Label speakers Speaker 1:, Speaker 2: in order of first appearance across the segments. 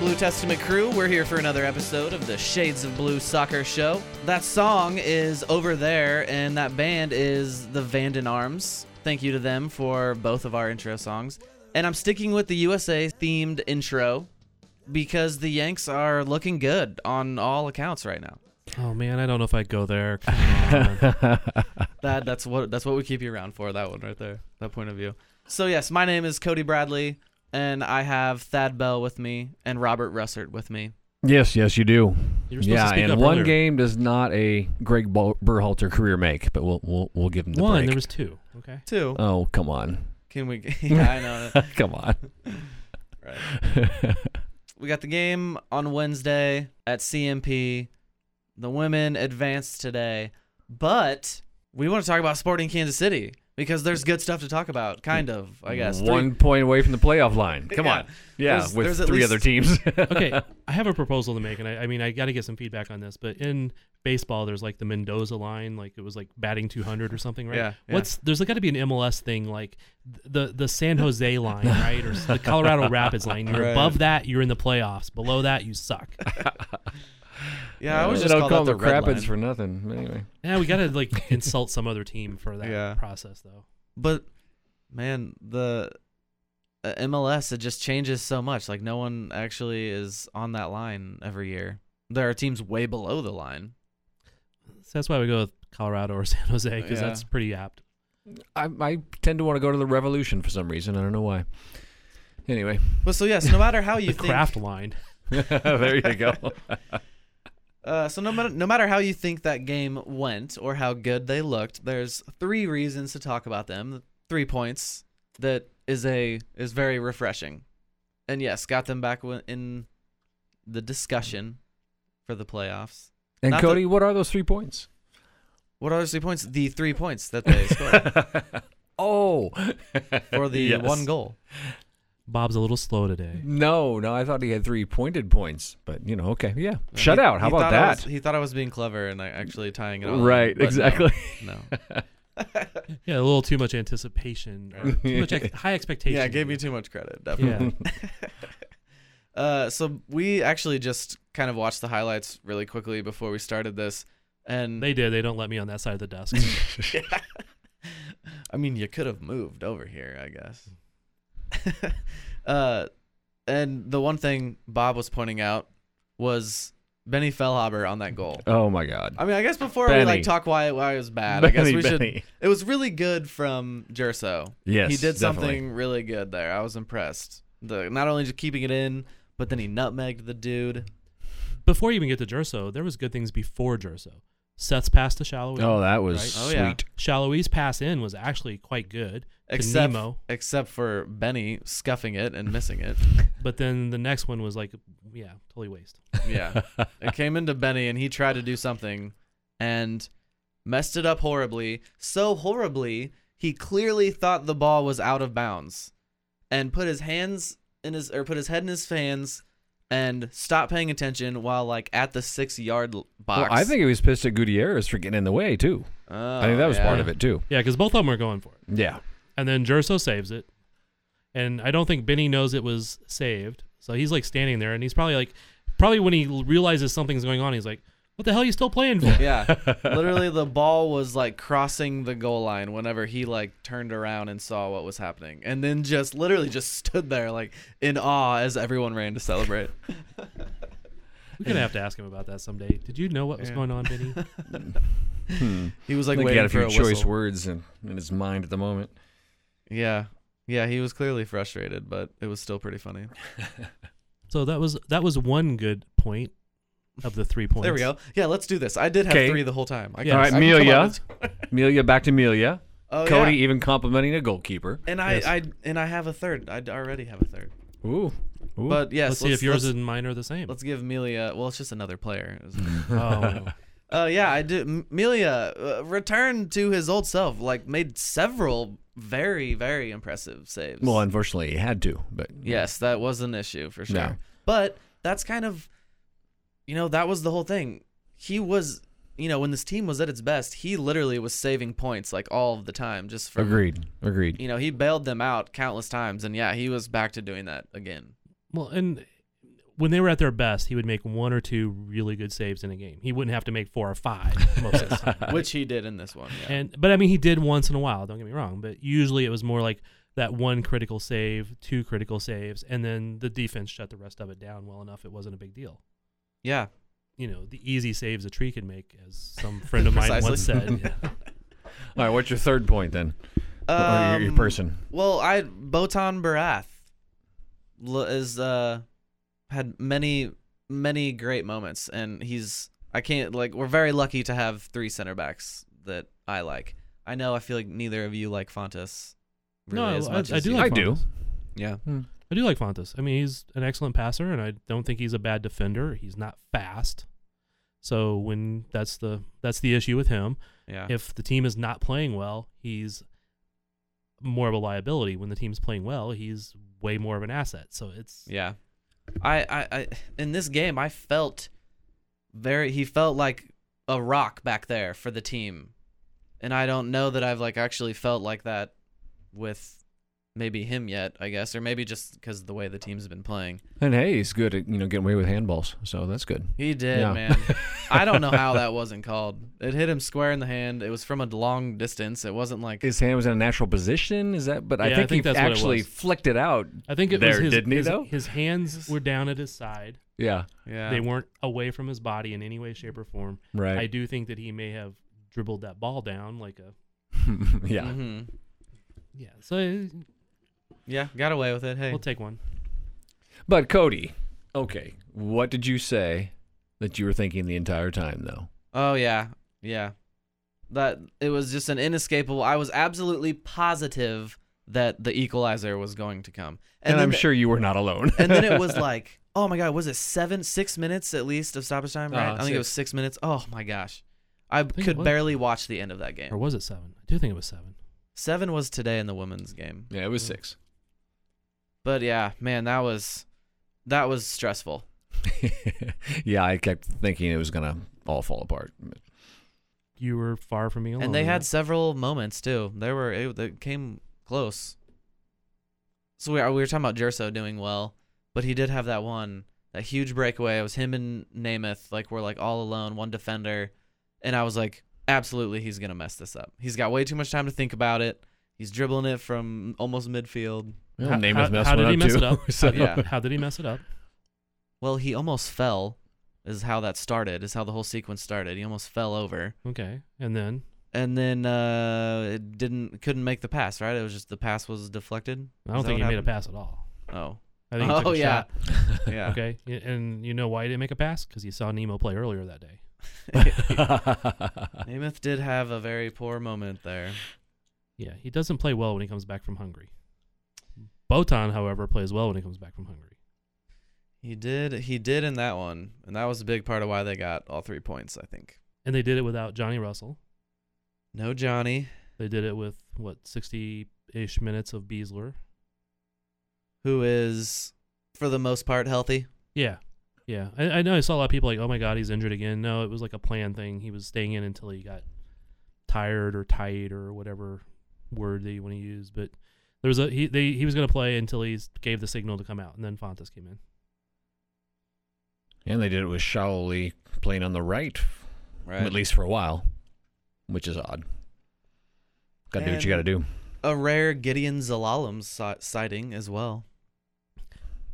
Speaker 1: Blue Testament crew. We're here for another episode of the Shades of Blue Soccer Show. That song is over there, and that band is the Vanden Arms. Thank you to them for both of our intro songs. And I'm sticking with the USA themed intro because the Yanks are looking good on all accounts right now.
Speaker 2: Oh man, I don't know if I'd go there.
Speaker 1: That that's what that's what we keep you around for. That one right there, that point of view. So yes, my name is Cody Bradley, and I have Thad Bell with me and Robert Russert with me.
Speaker 3: Yes, yes, you do.
Speaker 2: You were supposed
Speaker 3: yeah,
Speaker 2: to speak
Speaker 3: and
Speaker 2: up
Speaker 3: one
Speaker 2: earlier.
Speaker 3: game does not a Greg Bul- Berhalter career make, but we'll we'll, we'll give him the
Speaker 2: One,
Speaker 3: break.
Speaker 2: there was two. Okay.
Speaker 1: Too.
Speaker 3: oh, come on,
Speaker 1: Can we? yeah, I know.
Speaker 3: come on.
Speaker 1: We got the game on Wednesday at CMP. The women advanced today, but we want to talk about Sporting Kansas City because there's good stuff to talk about. Kind of, I guess. Three-
Speaker 3: one point away from the playoff line. Come
Speaker 1: Yeah.
Speaker 3: on, yeah,
Speaker 1: There's-
Speaker 3: with
Speaker 1: there's at
Speaker 3: three
Speaker 1: least-
Speaker 3: other teams.
Speaker 2: Okay. I have a proposal to make, and I, I mean, I got to get some feedback on this. But in baseball, there's like the Mendoza line, like it was like batting 200 or something, right?
Speaker 1: Yeah, yeah.
Speaker 2: What's there's got to be an MLS thing, like th- the the San Jose line, right, or s- the Colorado Rapids line. You're
Speaker 1: Right.
Speaker 2: above that, you're in the playoffs. Below that, you suck.
Speaker 1: Yeah, I always
Speaker 3: They
Speaker 1: just
Speaker 3: don't
Speaker 1: call
Speaker 3: call
Speaker 1: that the
Speaker 3: them
Speaker 1: red
Speaker 3: crappins
Speaker 1: line.
Speaker 3: for nothing. but Anyway,
Speaker 2: Yeah, we got to like insult some other team for that
Speaker 1: Yeah.
Speaker 2: process, though.
Speaker 1: But man, the uh, MLS it just changes so much. Like no one actually is on that line every year. There are teams way below the line.
Speaker 2: So that's why we go with Colorado or San Jose because
Speaker 1: Yeah.
Speaker 2: that's pretty apt.
Speaker 3: I I tend to want to go to the Revolution for some reason. I don't know why. Anyway,
Speaker 1: But so yes, no matter how you
Speaker 2: The
Speaker 1: think,
Speaker 2: craft line.
Speaker 3: there you go.
Speaker 1: uh, so no matter no matter how you think that game went or how good they looked, there's three reasons to talk about them. Three points that is a is very refreshing, and yes, got them back wi- in the discussion for the playoffs.
Speaker 3: And
Speaker 1: Not
Speaker 3: Cody, what are those three points?
Speaker 1: What are those three points? The three points that they scored.
Speaker 3: oh,
Speaker 1: for the
Speaker 3: Yes.
Speaker 1: one goal.
Speaker 2: Bob's a little slow today.
Speaker 3: No, no, I thought he had three pointed points, but you know, okay, yeah,
Speaker 1: He-
Speaker 3: shutout.
Speaker 1: he
Speaker 3: How about
Speaker 1: thought I was-
Speaker 3: that?
Speaker 1: he thought I was being clever and I actually tying it on.
Speaker 3: right,
Speaker 1: but no,
Speaker 3: exactly.
Speaker 1: No.
Speaker 2: Yeah, a little too much anticipation, or too much ex- high expectation.
Speaker 1: yeah, it gave me too much credit,
Speaker 2: Yeah.
Speaker 1: definitely. Uh, so we actually just kind of watched the highlights really quickly before we started this. And
Speaker 2: they did. They don't let me on that side of the desk.
Speaker 1: I mean, you could have moved over here, I guess. uh, and the one thing Bob was pointing out was Benny Fellhaber on that goal.
Speaker 3: Oh my God,
Speaker 1: I mean, I guess before we
Speaker 3: Benny.
Speaker 1: like talk why why it was bad, I guess
Speaker 3: Benny,
Speaker 1: we should.
Speaker 3: Benny.
Speaker 1: It was really good from Gerso.
Speaker 3: Yes,
Speaker 1: he did something
Speaker 3: definitely.
Speaker 1: really good there. I was impressed. The not only just keeping it in, but then he nutmegged the dude.
Speaker 2: Before you even get to Jerso, there was good things before Jerso. Seth's pass to Shallow.
Speaker 3: Oh, that was
Speaker 1: Oh,
Speaker 3: sweet.
Speaker 1: yeah.
Speaker 2: Shallow's pass in was actually quite good to
Speaker 1: Except
Speaker 2: Nemo,
Speaker 1: except for Benny scuffing it and missing it.
Speaker 2: but then the next one was like, yeah, totally waste.
Speaker 1: Yeah, it came into Benny and he tried to do something, and messed it up horribly. So horribly, he clearly thought the ball was out of bounds, and put his hands in his or put his head in his fans, and stopped paying attention while like at the six yard l-
Speaker 3: Well,
Speaker 1: box.
Speaker 3: I think he was pissed at Gutierrez for getting in the way too.
Speaker 1: Oh,
Speaker 3: I think that was part
Speaker 1: yeah.
Speaker 3: of it too.
Speaker 2: Yeah, because both of them were going for it,
Speaker 3: Yeah,
Speaker 2: and then Jerso saves it, and I don't think Benny knows it was saved, so he's like standing there, and he's probably like, probably when he realizes something's going on, he's like, what the hell are you still playing for?
Speaker 1: Yeah, literally the ball was like crossing the goal line whenever he like turned around and saw what was happening, and then just literally just stood there like in awe as everyone ran to celebrate.
Speaker 2: We're gonna have to ask him about that someday. Did you know what was
Speaker 1: Yeah.
Speaker 2: going on, Benny?
Speaker 1: He was Hmm. like
Speaker 3: I think he
Speaker 1: waiting
Speaker 3: had a
Speaker 1: for
Speaker 3: few
Speaker 1: a
Speaker 3: choice
Speaker 1: whistle.
Speaker 3: words in, in his mind at the moment.
Speaker 1: Yeah, yeah, he was clearly frustrated, but it was still pretty funny.
Speaker 2: So that was that was one good point of the three points.
Speaker 1: There we go. Yeah, let's do this. I did have
Speaker 3: Okay.
Speaker 1: three the whole time. I
Speaker 2: Yeah.
Speaker 1: guess.
Speaker 2: All right,
Speaker 1: I can come
Speaker 3: Melia.
Speaker 1: up with-
Speaker 3: Melia back to Melia.
Speaker 1: Oh,
Speaker 3: Cody
Speaker 1: yeah.
Speaker 3: even complimenting a goalkeeper.
Speaker 1: And I,
Speaker 2: Yes.
Speaker 1: I, and I have a third. I already have a third.
Speaker 3: Ooh, Ooh.
Speaker 1: But yes,
Speaker 2: Let's see if yours
Speaker 1: let's,
Speaker 2: and mine are the same.
Speaker 1: let's give Melia. Well, it's just another player.
Speaker 2: Oh,
Speaker 1: Uh, yeah, I did. M- Melia uh, returned to his old self. Like made several very, very impressive saves.
Speaker 3: well, unfortunately, he had to. But
Speaker 1: Yes, that was an issue for sure.
Speaker 3: Yeah.
Speaker 1: But that's kind of, you know, that was the whole thing. He was, you know, when this team was at its best, he literally was saving points like all of the time. Just for
Speaker 3: agreed, agreed.
Speaker 1: You know, he bailed them out countless times, and yeah, he was back to doing that again.
Speaker 2: well, and when they were at their best, he would make one or two really good saves in a game. He wouldn't have to make four or five most of the time.
Speaker 3: Uh,
Speaker 1: which he did in this one. Yeah.
Speaker 2: And but I mean, he did once in a while. Don't get me wrong, but usually it was more like that one critical save, two critical saves, and then the defense shut the rest of it down well enough. It wasn't a big deal.
Speaker 1: yeah.
Speaker 2: You know, the easy saves a tree could make, as some friend of mine once
Speaker 1: Precisely.
Speaker 2: said. Yeah.
Speaker 3: All right, what's your third point then? or your, your
Speaker 1: Um,
Speaker 3: person?
Speaker 1: Well, I Botan Barath l- is uh had many many great moments, and he's I can't like we're very lucky to have three center backs that I like. I know I feel like neither of you like Fontas. Really
Speaker 2: No,
Speaker 1: as
Speaker 2: I-
Speaker 1: much
Speaker 2: I
Speaker 1: as
Speaker 2: do
Speaker 1: you.
Speaker 2: like
Speaker 3: I do.
Speaker 2: Fontas.
Speaker 1: Yeah,
Speaker 3: Hmm.
Speaker 2: I do like Fontas. I mean, he's an excellent passer, and I don't think he's a bad defender. He's not fast, so when that's the that's the issue with him.
Speaker 1: yeah,
Speaker 2: if the team is not playing well, he's more of a liability. When the team's playing well, he's way more of an asset. So it's
Speaker 1: yeah. I, I I in this game I felt very he felt like a rock back there for the team, and I don't know that I've like actually felt like that with maybe him yet. I guess or maybe just because of the way the team's been playing.
Speaker 3: And hey, he's good at you know getting away with handballs, so that's good.
Speaker 1: He did,
Speaker 3: Yeah.
Speaker 1: man. I don't know how that wasn't called. It hit him square in the hand. It was from a long distance. It wasn't like
Speaker 3: His hand was in a natural position. Is that? But I
Speaker 2: Yeah, I
Speaker 3: think,
Speaker 2: think
Speaker 3: he
Speaker 2: that's what it
Speaker 3: actually
Speaker 2: was.
Speaker 3: flicked it out.
Speaker 2: I think it was
Speaker 3: There,
Speaker 2: his,
Speaker 3: didn't he,
Speaker 2: his,
Speaker 3: though?
Speaker 2: his hands were down at his side.
Speaker 3: Yeah,
Speaker 1: yeah.
Speaker 2: They weren't away from his body in any way, shape, or form. I
Speaker 3: right.
Speaker 2: do think that he may have dribbled that ball down like a
Speaker 3: yeah.
Speaker 2: Mm-hmm.
Speaker 1: hmm
Speaker 2: yeah. So eh,
Speaker 1: Yeah, got away with it. Hey,
Speaker 2: we'll take one.
Speaker 3: But Cody, okay, what did you say that you were thinking the entire time though?
Speaker 1: Oh yeah, yeah. That it was just an inescapable. I was absolutely positive that the equalizer was going to come,
Speaker 3: And,
Speaker 1: then
Speaker 3: I'm
Speaker 1: the-
Speaker 3: sure you were not alone.
Speaker 1: and then it was like, oh my god, was it seven, six minutes at least of stoppage time? Right?
Speaker 3: Uh,
Speaker 1: I think it was six minutes. Oh my gosh, I,
Speaker 2: it
Speaker 1: could
Speaker 2: was.
Speaker 1: barely watch the end of that game.
Speaker 2: Or was it seven? I do think it was seven.
Speaker 1: Seven was today in the women's game,
Speaker 3: yeah, it was six.
Speaker 1: but yeah, man, that was that was stressful.
Speaker 3: yeah, I kept thinking it was gonna all fall apart.
Speaker 2: You were far from being alone.
Speaker 1: and they
Speaker 2: in
Speaker 1: had
Speaker 2: that.
Speaker 1: several moments too. There were it, it came close. So we, we were talking about Gerso doing well, but he did have that one that huge breakaway. It was him and Namath like we're like all alone, one defender, and I was like, absolutely, he's gonna mess this up. He's got way too much time to think about it. He's dribbling it from almost midfield.
Speaker 3: Well,
Speaker 2: How-
Speaker 3: Namath
Speaker 2: how-
Speaker 3: messed
Speaker 2: how
Speaker 3: one
Speaker 2: did he
Speaker 3: up,
Speaker 2: mess
Speaker 3: too,
Speaker 2: it up?
Speaker 3: so-
Speaker 1: Yeah.
Speaker 2: How did he mess it up?
Speaker 1: Well, he almost fell, is how that started. Is how the whole sequence started. He almost fell over.
Speaker 2: Okay, and then
Speaker 1: and then uh, it didn't couldn't make the pass, right? It was just the pass was deflected.
Speaker 2: I don't
Speaker 1: Is that
Speaker 2: think he
Speaker 1: what
Speaker 2: made a
Speaker 1: happened?
Speaker 2: pass at all.
Speaker 1: Oh,
Speaker 2: I think he took
Speaker 1: Oh,
Speaker 2: a
Speaker 1: yeah.
Speaker 2: shot.
Speaker 1: yeah.
Speaker 2: Okay, y- and you know why he didn't make a pass? Because he saw Nemo play earlier that day.
Speaker 1: Namath did have a very poor moment there.
Speaker 2: Yeah, he doesn't play well when he comes back from Hungary. Botan, however, plays well when he comes back from Hungary.
Speaker 1: He did. He did in that one, and that was a big part of why they got all three points. I think.
Speaker 2: And they did it without Johnny Russell.
Speaker 1: No Johnny,
Speaker 2: They did it with what sixty ish minutes of Beasler.
Speaker 1: who is for the most part healthy.
Speaker 2: Yeah, yeah. I, I know I saw a lot of people like, "Oh my God, he's injured again." No, it was like a planned thing. He was staying in until he got tired or tight or whatever word that you want to use. But there was a he they, he was going to play until he gave the signal to come out, and then Fontas came in.
Speaker 3: and they did it with Shaoli playing on the right,
Speaker 1: Right.
Speaker 3: at least for a while, which is odd. Got to do what you got to
Speaker 1: And-
Speaker 3: do.
Speaker 1: A rare Gideon Zalalem si- sighting as well.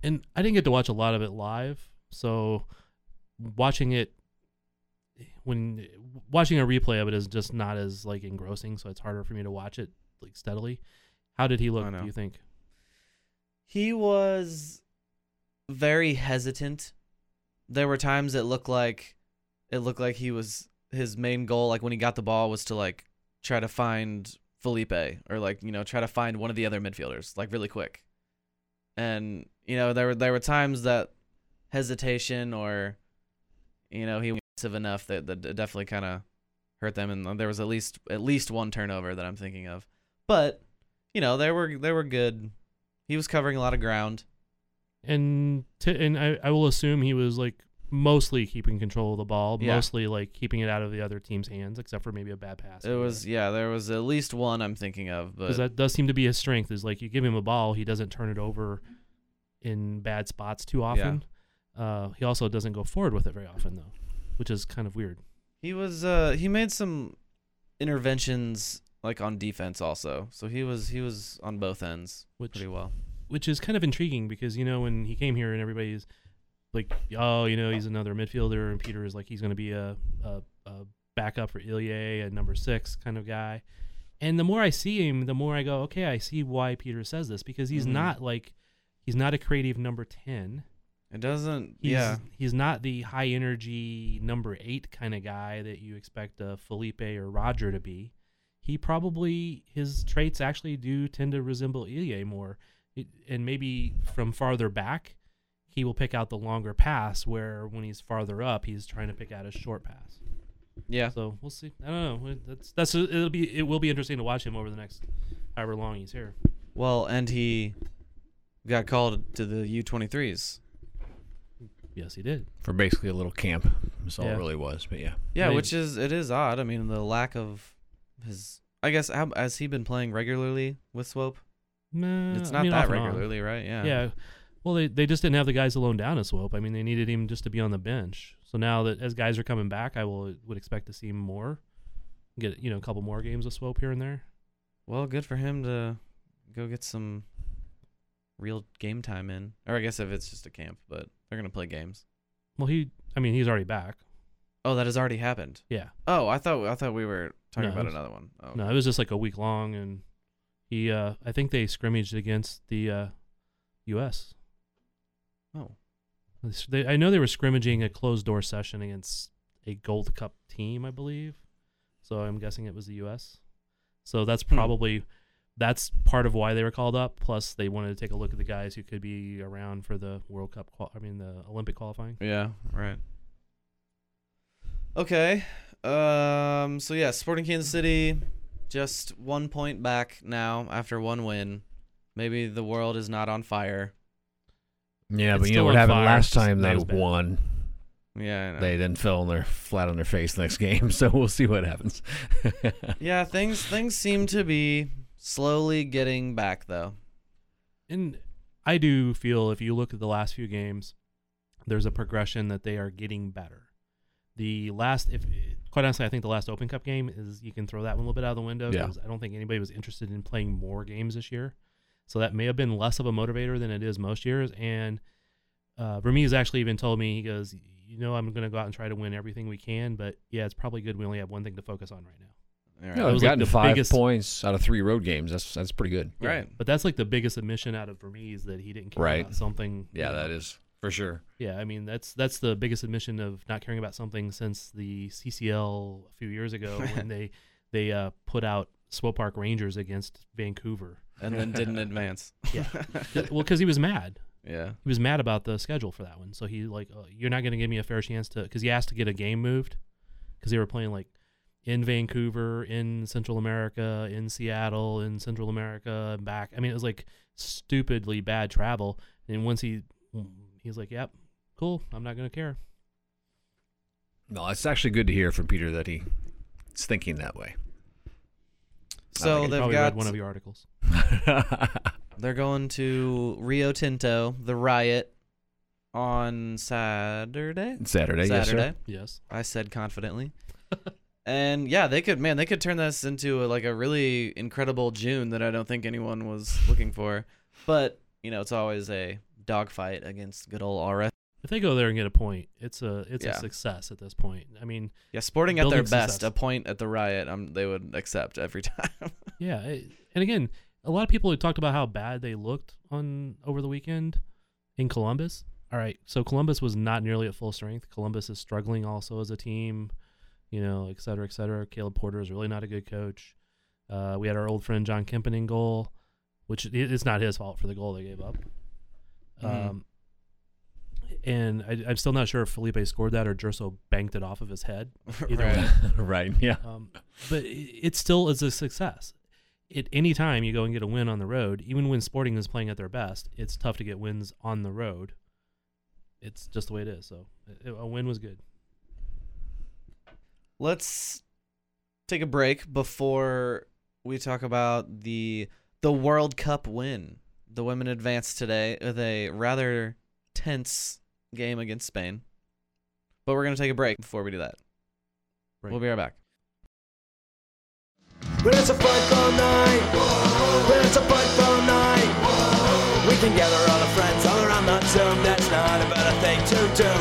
Speaker 2: and I didn't get to watch a lot of it live, so watching it when watching a replay of it is just not as like engrossing, so it's harder for me to watch it like steadily. How did he
Speaker 1: I
Speaker 2: look?
Speaker 1: know.
Speaker 2: Do you think?
Speaker 1: He was very hesitant. There were times it looked like it looked like he was his main goal, like when he got the ball was to like try to find Felipe or like, you know, try to find one of the other midfielders, like really quick. And, you know, there were there were times that hesitation or you know, he was passive enough that, that it definitely kinda hurt them and there was at least at least one turnover that I'm thinking of. But, you know, there were there were good he was covering a lot of ground.
Speaker 2: And t- and I, I will assume he was like mostly keeping control of the ball,
Speaker 1: Yeah.
Speaker 2: mostly like keeping it out of the other team's hands, except for maybe a bad pass.
Speaker 1: It was yeah, there was at least one I'm thinking of, but
Speaker 2: because that does seem to be his strength. Is like you give him a ball, he doesn't turn it over in bad spots too often. Uh, he also doesn't go forward with it very often though, which is kind of weird.
Speaker 1: He was uh he made some interventions like on defense also. So he was he was on both ends
Speaker 2: Which
Speaker 1: pretty well.
Speaker 2: which is kind of intriguing because you know when he came here and everybody's like, oh, you know, he's another midfielder, and Peter is like he's going to be a, a a backup for Ilya, a number six kind of guy. And the more I see him, the more I go, okay, I see why Peter says this because he's
Speaker 1: Mhm.
Speaker 2: not like he's not a creative number ten.
Speaker 1: It doesn't
Speaker 2: He's,
Speaker 1: yeah.
Speaker 2: he's not the high energy number eight kind of guy that you expect uh, Felipe or Roger to be. He probably his traits actually do tend to resemble Ilya more, it, and maybe from farther back, he will pick out the longer pass. Where when he's farther up, he's trying to pick out a short pass.
Speaker 1: Yeah.
Speaker 2: So we'll see. I don't know. That's that's it'll be it will be interesting to watch him over the next however long he's here.
Speaker 1: Well, and he got called to the U twenty threes.
Speaker 2: Yes, he did.
Speaker 3: for basically a little camp. That's all
Speaker 2: Yeah.
Speaker 3: it really was. But yeah,
Speaker 1: Yeah,
Speaker 2: Maybe.
Speaker 1: which is it is odd. I mean the lack of his I guess how, has he been playing regularly with Swope?
Speaker 2: Nah,
Speaker 1: It's
Speaker 2: Uh, I
Speaker 1: not
Speaker 2: mean,
Speaker 1: that
Speaker 2: off and on.
Speaker 1: regularly, right? Yeah.
Speaker 2: Yeah. Well, they, they just didn't have the guys to loan down to Swope. I mean, they needed him just to be on the bench. So now that as guys are coming back, I will would expect to see him more. Get you know a couple more games of Swope here and there.
Speaker 1: Well, good for him to go get some real game time in. Or I guess if it's just a camp, but they're gonna play games.
Speaker 2: Well, he I mean he's already back.
Speaker 1: Oh, that has already happened.
Speaker 2: Yeah.
Speaker 1: Oh, I thought I thought we were talking
Speaker 2: No,
Speaker 1: about
Speaker 2: it's-
Speaker 1: another one. Oh.
Speaker 2: No, it was just like a week long, and he uh I think they scrimmaged against the uh U.S.
Speaker 1: Oh.
Speaker 2: They, I know they were scrimmaging a closed door session against a Gold Cup team, I believe. So I'm guessing it was the U.S. So that's
Speaker 1: Hmm.
Speaker 2: probably that's part of why they were called up. Plus, they wanted to take a look at the guys who could be around for the World Cup. Qual- I mean, the Olympic qualifying.
Speaker 1: Yeah, right. Okay. Um so yeah, Sporting Kansas City just 1 point back now after one win. Maybe the world is not on fire.
Speaker 3: yeah.
Speaker 2: It's
Speaker 3: but you know
Speaker 2: still
Speaker 3: what
Speaker 2: on
Speaker 3: happened
Speaker 2: fire,
Speaker 3: last
Speaker 2: it's just
Speaker 3: time
Speaker 2: not
Speaker 3: they
Speaker 2: as bad.
Speaker 3: won.
Speaker 1: Yeah, I know.
Speaker 3: They then fell on their flat on their face next game. So we'll see what happens.
Speaker 1: yeah, things things seem to be slowly getting back though.
Speaker 2: And I do feel if you look at the last few games, there's a progression that they are getting better. The last, if quite honestly, I think the last Open Cup game is you can throw that one a little bit out of the window
Speaker 3: Yeah.
Speaker 2: 'cause I don't think anybody was interested in playing more games this year. So that may have been less of a motivator than it is most years. And uh, Vermees actually even told me he goes, you know, I'm going to go out and try to win everything we can, but yeah, it's probably good we only have one thing to focus on right now.
Speaker 1: All right.
Speaker 3: No,
Speaker 2: That
Speaker 3: they've
Speaker 2: was, like,
Speaker 3: gotten
Speaker 2: the
Speaker 3: five
Speaker 2: biggest-
Speaker 3: points out of three road games. That's that's pretty good.
Speaker 2: Yeah.
Speaker 1: Right.
Speaker 2: But that's like the biggest admission out of Vermees that he didn't care
Speaker 3: Right.
Speaker 2: about something. you
Speaker 3: Yeah,
Speaker 2: know,
Speaker 3: that is for sure.
Speaker 2: Yeah, I mean that's that's the biggest admission of not caring about something since the CCL a few years ago when they they uh, put out Swope Park Rangers against Vancouver.
Speaker 1: and then didn't advance.
Speaker 2: Yeah. well, because he was mad.
Speaker 1: Yeah.
Speaker 2: He was mad about the schedule for that one. So he like, oh, you're not going to give me a fair chance to because he asked to get a game moved because they were playing like in Vancouver, in Central America, in Seattle, in Central America, and back. I mean, it was like stupidly bad travel. And once he he's like, yep, cool, I'm not going to care.
Speaker 3: No, it's actually good to hear from Peter that he is thinking that way.
Speaker 1: So
Speaker 3: I
Speaker 1: they've
Speaker 2: probably
Speaker 1: got
Speaker 2: read one of your articles.
Speaker 1: They're going to Rio Tinto, the riot, on Saturday.
Speaker 3: Saturday, yes, sir.
Speaker 1: Saturday,
Speaker 2: Yes.
Speaker 1: I said confidently. and yeah, they could, man, they could turn this into a, like a really incredible June that I don't think anyone was looking for. But you know, it's always a dogfight against good old RF.
Speaker 2: If they go there and get a point, it's a it's
Speaker 1: Yeah.
Speaker 2: a success at this point. I mean,
Speaker 1: Yeah, Sporting at their
Speaker 2: Building
Speaker 1: best,
Speaker 2: success.
Speaker 1: a point at the riot, um, they would accept every time.
Speaker 2: yeah, it- and again, a lot of people have talked about how bad they looked on over the weekend in Columbus. All right, so Columbus was not nearly at full strength. Columbus is struggling also as a team, you know, et cetera, et cetera. Caleb Porter is really not a good coach. Uh, we had our old friend John Kempen in goal, which i- it's not his fault for the goal they gave up.
Speaker 1: Mhm.
Speaker 2: Um, and I, I'm still not sure if Felipe scored that or Gerso banked it off of his head. Either way.
Speaker 1: right.
Speaker 3: right. Yeah.
Speaker 2: Um, but it, it still is a success. At any time you go and get a win on the road, even when Sporting is playing at their best, it's tough to get wins on the road. It's just the way it is. So it- a win was good.
Speaker 1: Let's take a break before we talk about the the World Cup win. The women advanced today with a rather tense game against Spain. But we're going to take a break before we do that.
Speaker 2: Break.
Speaker 1: We'll be right back.
Speaker 4: Well, it's a football night. Well, it's a football night. We can gather all our friends all around the tomb. That's not a better thing to do.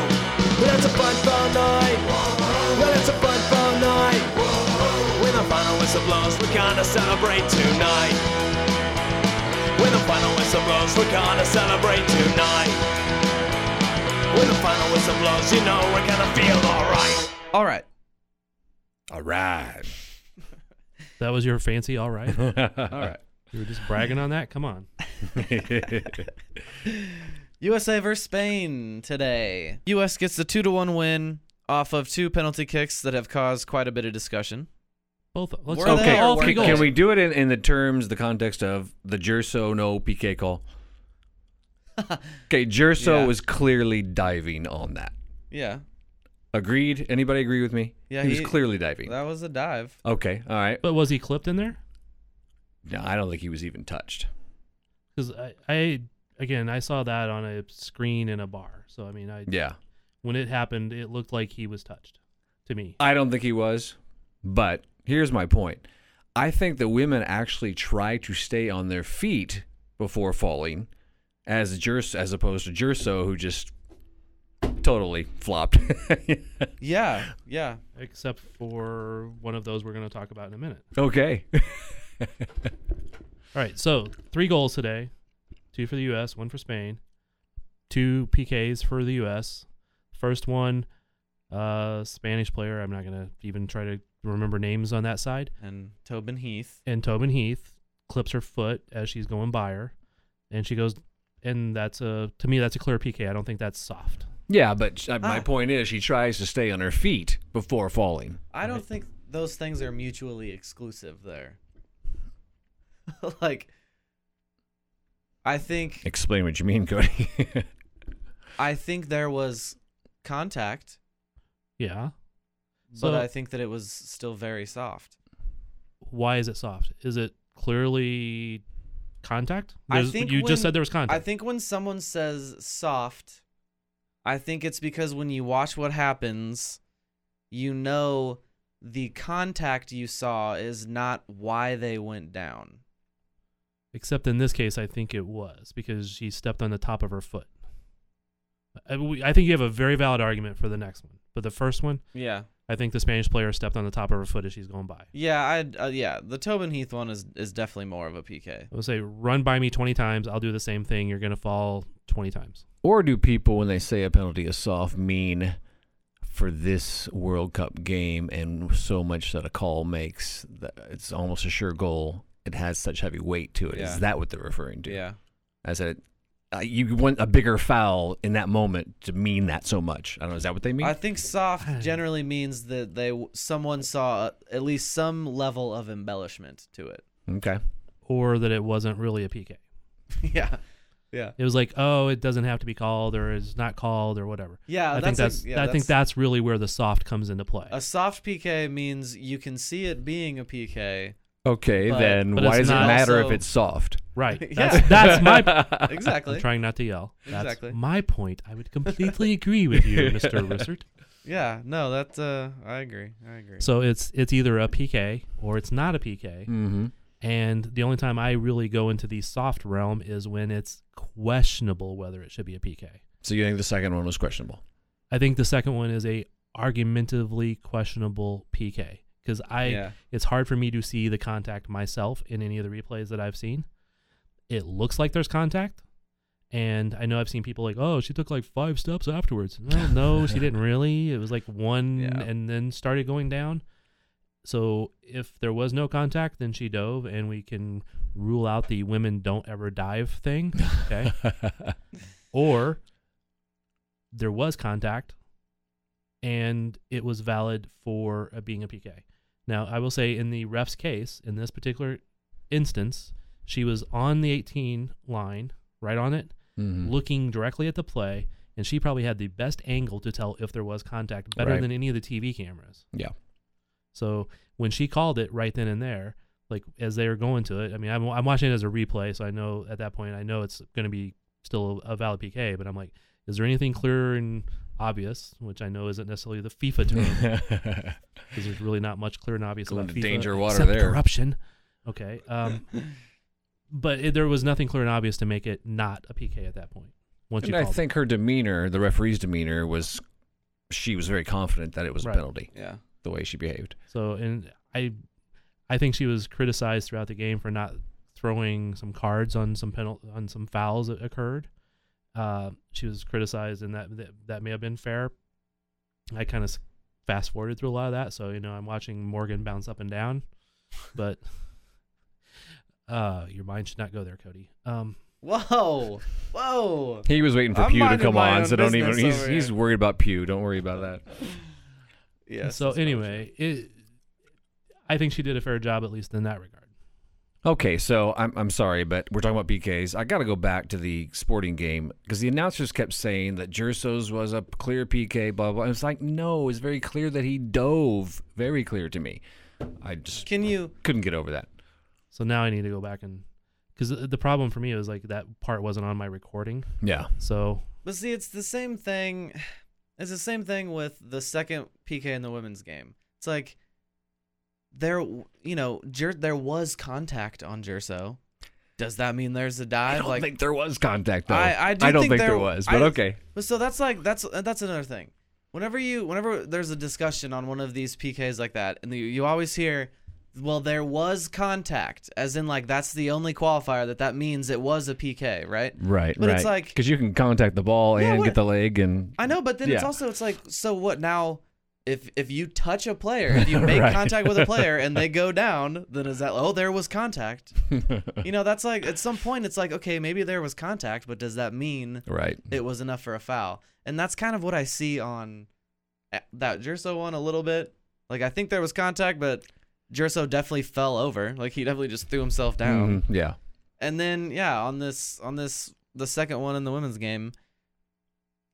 Speaker 4: Well, it's a football night. Well, it's a football night. When the final whistle blows, we're gonna celebrate tonight. When the final whistle blows, we're gonna celebrate tonight. When the final whistle blows, you know we're gonna feel alright.
Speaker 1: All right.
Speaker 3: All right.
Speaker 2: That was your fancy, all right.
Speaker 3: All
Speaker 1: All right.
Speaker 2: you were just bragging on that. Come on.
Speaker 1: USA versus Spain today. US gets the 2 to 1 win off of two penalty kicks that have caused quite a bit of discussion.
Speaker 2: Both. Let's
Speaker 1: Were
Speaker 2: go.
Speaker 1: they
Speaker 3: okay.
Speaker 1: all
Speaker 2: All
Speaker 1: were
Speaker 2: three
Speaker 1: they?
Speaker 3: Can,
Speaker 2: goals.
Speaker 3: can we do it in, in the terms, the context of the Gerso no PK call? Okay, Gerso
Speaker 1: Yeah.
Speaker 3: was clearly diving on that.
Speaker 1: Yeah.
Speaker 3: Agreed? Anybody agree with me?
Speaker 1: Yeah,
Speaker 3: he, was
Speaker 1: he-
Speaker 3: clearly diving.
Speaker 1: That was a dive.
Speaker 3: okay, all right.
Speaker 2: But was he clipped in there?
Speaker 3: No, I don't think he was even touched.
Speaker 2: Because I, I, again, I saw that on a screen in a bar. So I mean, I
Speaker 3: Yeah,
Speaker 2: when it happened, it looked like he was touched to me.
Speaker 3: I don't think he was. But here's my point: I think that women actually try to stay on their feet before falling, as Gerso, as opposed to Gerso, who just totally flopped.
Speaker 1: Yeah. Yeah.
Speaker 2: Except for one of those we're going to talk about in a minute.
Speaker 3: okay.
Speaker 2: All right. So three goals today, two for the U.S., one for Spain, two PKs for the U.S. First one, uh, Spanish player. I'm not going to even try to remember names on that side.
Speaker 1: And Tobin Heath.
Speaker 2: and Tobin Heath clips her foot as she's going by her, and she goes, and that's a to me that's a clear PK. I don't think that's soft.
Speaker 3: Yeah, but sh- uh, my
Speaker 1: Ah.
Speaker 3: point is, she tries to stay on her feet before falling.
Speaker 1: I don't think those things are mutually exclusive there. like I think
Speaker 3: Explain what you mean, Cody.
Speaker 1: I think there was contact,
Speaker 2: Yeah.
Speaker 1: but
Speaker 2: So-
Speaker 1: I think that it was still very soft.
Speaker 2: Why is it soft? Is it clearly contact?
Speaker 1: I
Speaker 2: There's-
Speaker 1: think
Speaker 2: you
Speaker 1: when-
Speaker 2: just said there was
Speaker 1: I
Speaker 2: contact.
Speaker 1: think when someone says soft, I think it's because when you watch what happens, you know the contact you saw is not why they went down.
Speaker 2: Except in this case, I think it was because she stepped on the top of her foot. I, we- I think you have a very valid argument for the next one, but the first one,
Speaker 1: Yeah.
Speaker 2: I think the Spanish player stepped on the top of her foot as she's going by.
Speaker 1: Yeah, I uh, yeah, the Tobin Heath one is is definitely more of a PK.
Speaker 2: I would say, run by me 20 times. I'll do the same thing. You're going to fall 20 times.
Speaker 3: or do people, when they say a penalty is soft, mean for this World Cup game and so much that a call makes that it's almost a sure goal? It has such heavy weight to it. Is
Speaker 1: Yeah.
Speaker 3: that what they're referring to?
Speaker 1: Yeah.
Speaker 3: As a uh, you want a bigger foul in that moment to mean that so much. I don't know. Is that what they mean?
Speaker 1: I think soft generally means that they someone saw uh, at least some level of embellishment to it.
Speaker 3: okay.
Speaker 2: or that it wasn't really a PK.
Speaker 1: yeah. Yeah.
Speaker 2: It was like, oh, it doesn't have to be called, or it's not called, or whatever.
Speaker 1: Yeah,
Speaker 2: I
Speaker 1: Uh,
Speaker 2: think
Speaker 1: that's a-
Speaker 2: that's,
Speaker 1: yeah,
Speaker 2: I think that's really where the soft comes into play.
Speaker 1: A soft PK means you can see it being a PK.
Speaker 3: Okay,
Speaker 1: But-
Speaker 3: then
Speaker 2: but
Speaker 3: why
Speaker 2: it's
Speaker 3: does it
Speaker 2: not
Speaker 3: matter
Speaker 1: also-
Speaker 3: if it's soft?
Speaker 2: right.
Speaker 1: Yeah.
Speaker 2: That's that's my. I'm
Speaker 1: Exactly.
Speaker 2: trying not to yell. That's
Speaker 1: Exactly.
Speaker 2: my point. I would completely agree with you, Mr. Wizard.
Speaker 1: yeah, no, that's uh I agree. I agree.
Speaker 2: So it's it's either a PK or it's not a PK.
Speaker 3: Mm-hmm.
Speaker 2: And the only time I really go into the soft realm is when it's questionable whether it should be a PK.
Speaker 3: So you think the second one was questionable?
Speaker 2: I think the second one is a argumentatively questionable PK because I
Speaker 1: Yeah.
Speaker 2: it's hard for me to see the contact myself in any of the replays that I've seen. It looks like there's contact, and I know I've seen people like, "Oh, she took like five steps afterwards." No, no, she didn't really. It was like one
Speaker 1: Yeah.
Speaker 2: and then started going down. So if there was no contact, then she dove, and we can rule out the women don't ever dive thing. Okay or there was contact and it was valid for uh, being a PK. Now, I will say in the ref's case, in this particular instance, she was on the 18 line, right on it,
Speaker 3: Mhm.
Speaker 2: looking directly at the play, and she probably had the best angle to tell if there was contact better
Speaker 3: Right.
Speaker 2: than any of the TV cameras.
Speaker 3: Yeah.
Speaker 2: So when she called it right then and there, like as they were going to it, I mean, I'm, I'm watching it as a replay, so I know at that point, I know it's going to be still a valid PK, but I'm like, Is there anything clear and obvious, which I know isn't necessarily the FIFA term, because there's really not much clear and obvious
Speaker 3: A lot
Speaker 2: about
Speaker 3: of
Speaker 2: FIFA,
Speaker 3: danger water
Speaker 2: except
Speaker 3: there.
Speaker 2: Corruption. Okay. Um, but it, there was nothing clear and obvious to make it not a PK at that point. Once
Speaker 3: And
Speaker 2: you
Speaker 3: I
Speaker 2: called it.
Speaker 3: think her demeanor, the referee's demeanor, was she was very confident that it was
Speaker 2: Right.
Speaker 3: a penalty
Speaker 1: Yeah.
Speaker 3: the way she behaved.
Speaker 2: So, and I, I think she was criticized throughout the game for not throwing some cards on some penal on some fouls that occurred. Uh, she was criticized, and that that, that may have been fair. I kind of fast forwarded through a lot of that, so you know I'm watching Morgan bounce up and down, but uh, your mind should not go there, Cody. Um,
Speaker 1: Whoa. Whoa.
Speaker 3: He was waiting for
Speaker 1: Oh. I'm
Speaker 3: Pew to
Speaker 1: minding
Speaker 3: come
Speaker 1: my
Speaker 3: on,
Speaker 1: own
Speaker 3: so don't even.
Speaker 1: business
Speaker 3: He's,
Speaker 1: over
Speaker 3: he's
Speaker 1: here.
Speaker 3: worried about Pew. Don't worry about that.
Speaker 1: Yes.
Speaker 2: so
Speaker 1: that's what I'm
Speaker 2: anyway, it, I think she did a fair job at least in that regard.
Speaker 3: Okay, so I'm, I'm sorry, but we're talking about PKs. I got to go back to the sporting game because the announcers kept saying that Gersos was a clear PK, blah, blah. And it's like, no, it's very clear that he dove. Very clear to me. I just
Speaker 1: Can you?
Speaker 3: couldn't get over that.
Speaker 2: So now I need to go back and because the problem for me was like that part wasn't on my recording.
Speaker 3: Yeah.
Speaker 2: So
Speaker 1: But see, it's the same thing. It's the same thing with the second PK in the women's game. It's like there, w- you know, Jer- there was contact on Gerso. Does that mean there's a
Speaker 3: I
Speaker 1: dive?
Speaker 3: don't
Speaker 1: like,
Speaker 3: think there was contact, though.
Speaker 1: I- I do
Speaker 3: don't
Speaker 1: think
Speaker 3: think,
Speaker 1: there-
Speaker 3: there, was, but
Speaker 1: I-
Speaker 3: okay.
Speaker 1: But so that's like that's that's another thing. Whenever you whenever there's a discussion on one of these PKs like that, and you, you always hear, well, there was contact, as in like that's the only qualifier that that means it was a PK, right?
Speaker 3: Right,
Speaker 1: But it's like-
Speaker 3: Because you can contact the ball
Speaker 1: Yeah,
Speaker 3: and
Speaker 1: what-
Speaker 3: get the leg and.
Speaker 1: I know, but then it's
Speaker 3: Yeah.
Speaker 1: also it's like so what now? If if you touch a player, if you make
Speaker 3: Right.
Speaker 1: contact with a player and they go down, then is that oh there was contact? you know that's like at some point it's like okay maybe there was contact, but does that mean
Speaker 3: Right.
Speaker 1: it was enough for a foul. And that's kind of what I see on a- that Gerso one a little bit. Like I think there was contact, but Gerso definitely fell over. Like he definitely just threw himself down.
Speaker 3: Mhm, Yeah.
Speaker 1: And then yeah, on this on this the second one in the women's game,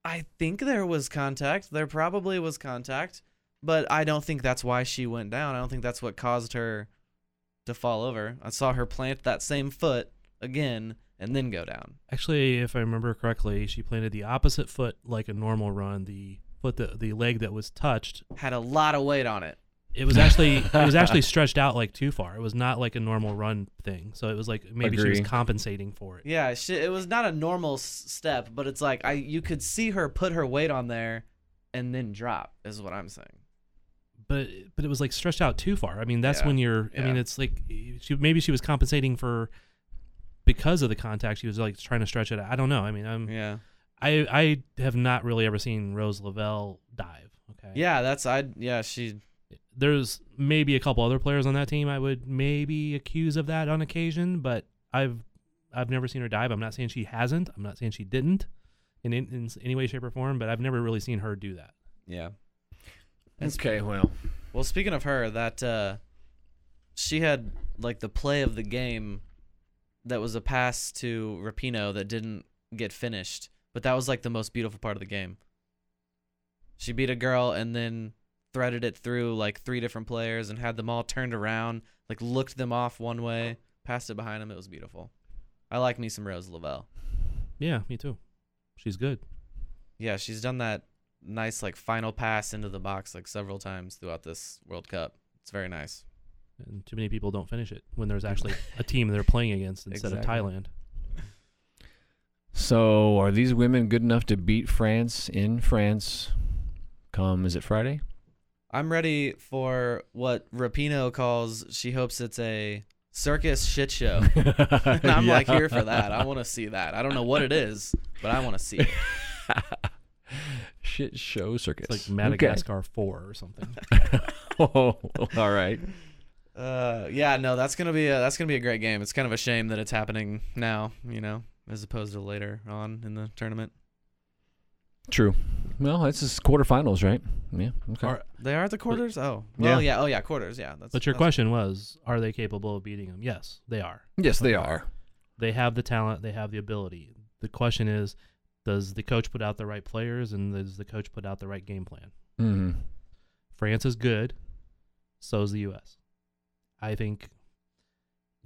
Speaker 1: I think there was contact. There probably was contact, but I don't think that's why she went down. I don't think that's what caused her to fall over. I saw her plant that same foot again and then go down.
Speaker 2: actually, if I remember correctly, she planted the opposite foot like a normal run. The foot that the leg that was touched,
Speaker 1: Had a lot of weight on it.
Speaker 2: it was actually it was actually stretched out like too far. It was not like a normal run thing. So it was like maybe she
Speaker 3: Agree.
Speaker 2: was compensating for it.
Speaker 1: Yeah, she, it was not a normal s- step, but it's like I you could see her put her weight on there and then drop is what I'm saying.
Speaker 2: But but it was like stretched out too far. I mean that's
Speaker 1: Yeah.
Speaker 2: when you're. I mean
Speaker 1: Yeah.
Speaker 2: it's like she maybe she was compensating for because of the contact. She was like trying to stretch it. out. I don't know. I mean I'm.
Speaker 1: Yeah.
Speaker 2: I I have not really ever seen Rose Lavelle dive. Okay.
Speaker 1: Yeah, that's I yeah, she
Speaker 2: There's maybe a couple other players on that team I would maybe accuse of that on occasion, but I've I've never seen her dive. I'm not saying she hasn't. I'm not saying she didn't in in, in any way, shape, or form. But I've never really seen her do that.
Speaker 1: yeah.
Speaker 3: Okay, well.
Speaker 1: Well, speaking of her, that uh she had like the play of the game that was a pass to Rapino that didn't get finished, but that was like the most beautiful part of the game. She beat a girl and then threaded it through like three different players and had them all turned around, like looked them off one way, passed it behind them. It was beautiful. I like me some Rose Lavelle.
Speaker 2: Yeah, me too. She's good.
Speaker 1: Yeah, she's done that nice like final pass into the box like several times throughout this World Cup. It's very nice.
Speaker 2: And too many people don't finish it when there's actually a team they're playing against instead
Speaker 1: Exactly.
Speaker 2: of Thailand.
Speaker 3: So, are these women good enough to beat France in France? Come, is it Friday?
Speaker 1: I'm ready for what Rapino calls she hopes it's a circus shit show. And I'm like here for that. I want to see that. I don't know what it is, but I want to see it.
Speaker 3: Shit show circus.
Speaker 2: It's like Madagascar four or something.
Speaker 3: Okay. Oh, all right.
Speaker 1: Uh, yeah, no, that's gonna be a, that's gonna be a great game. It's kind of a shame that it's happening now, you know, as opposed to later on in the tournament.
Speaker 3: True. Well, that's just quarterfinals, right? Yeah. Okay.
Speaker 2: Are-
Speaker 1: They are at the quarters. Oh, well, yeah.
Speaker 3: Yeah.
Speaker 1: Oh, yeah, quarters. Yeah, that's.
Speaker 2: But your
Speaker 1: that's-
Speaker 2: question was, are they capable of beating them? Yes, they are.
Speaker 3: Yes, they are.
Speaker 2: they have the talent, they have the ability. The question is, does the coach put out the right players and does the coach put out the right game plan?
Speaker 3: hmm
Speaker 2: France is good, so is the U.S. I think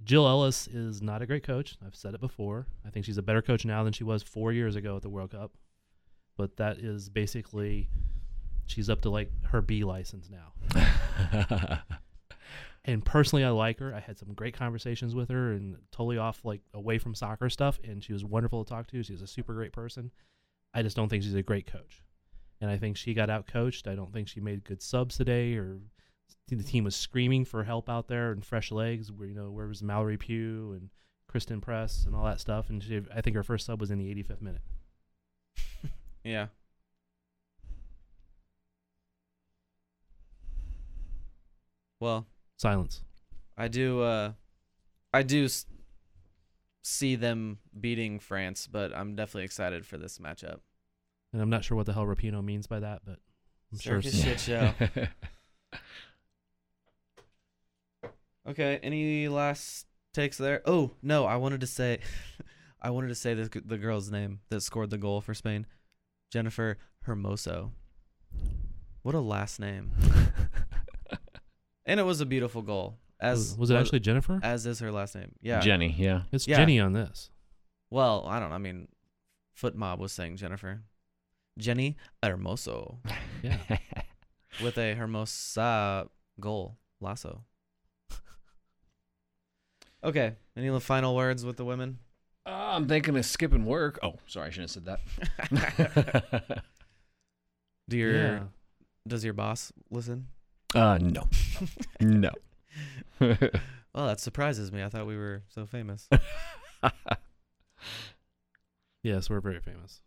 Speaker 2: Jill Ellis is not a great coach. I've said it before. I think she's a better coach now than she was four years ago at the World Cup. but that is basically she's up to like her B license now. and personally, I like her. I had some great conversations with her and totally off like away from soccer stuff, and she was wonderful to talk to. She's a super great person. I just don't think she's a great coach, and I think she got out coached. I don't think she made good subs today or. The team was screaming for help out there and fresh legs. Where you know where was Mallory Pugh and Kristen Press and all that stuff. And she, I think her first sub was in the 85th minute.
Speaker 1: Yeah. Well,
Speaker 2: Silence.
Speaker 1: I do. Uh, I do s- see them beating France, but I'm definitely excited for this matchup.
Speaker 2: And I'm not sure what the hell Rapino means by that, but I'm sure.
Speaker 1: Circus shit show. Okay. Any last takes there? Oh no, I wanted to say, I wanted to say the the girl's name that scored the goal for Spain, Jennifer Hermoso. What a last name! And it was a beautiful goal. As
Speaker 2: was, was it actually Jennifer?
Speaker 1: as is her last name? Yeah.
Speaker 3: Jenny, yeah.
Speaker 2: it's
Speaker 1: yeah.
Speaker 2: Jenny on this.
Speaker 1: well, I don't. know. I mean, Foot Mob was saying Jennifer, Jenny Hermoso
Speaker 2: Yeah.
Speaker 1: with a Hermosa goal lasso. okay. Any final words with the women?
Speaker 3: Uh, I'm thinking of skipping work. Oh, sorry, I shouldn't have said that.
Speaker 1: Do your
Speaker 2: yeah.
Speaker 1: does your boss listen?
Speaker 3: uh, no, no.
Speaker 1: Well, that surprises me. I thought we were so famous.
Speaker 2: Yes, we're very famous.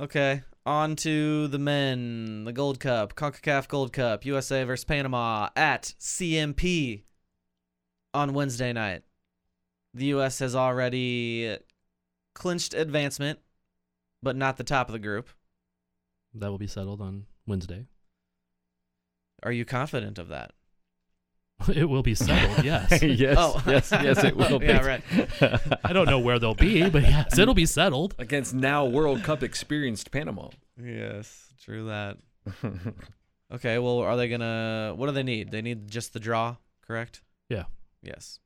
Speaker 1: Okay, on to the men. The Gold Cup, CONCACAF Gold Cup, USA versus Panama at CMP on Wednesday night. The US has already clinched advancement, but not the top of the group.
Speaker 2: That will be settled on Wednesday.
Speaker 1: Are you confident of that?
Speaker 2: it will be settled, yes.
Speaker 3: yes,
Speaker 1: Oh.
Speaker 3: yes, yes. It will be.
Speaker 1: Yeah, right.
Speaker 2: I don't know where they'll be, but yes, it'll be settled.
Speaker 3: Against now World Cup experienced Panama.
Speaker 1: Yes, true that. Okay, well, are they gonna? What do they need? They need just the draw, correct?
Speaker 2: Yeah.
Speaker 1: Yes.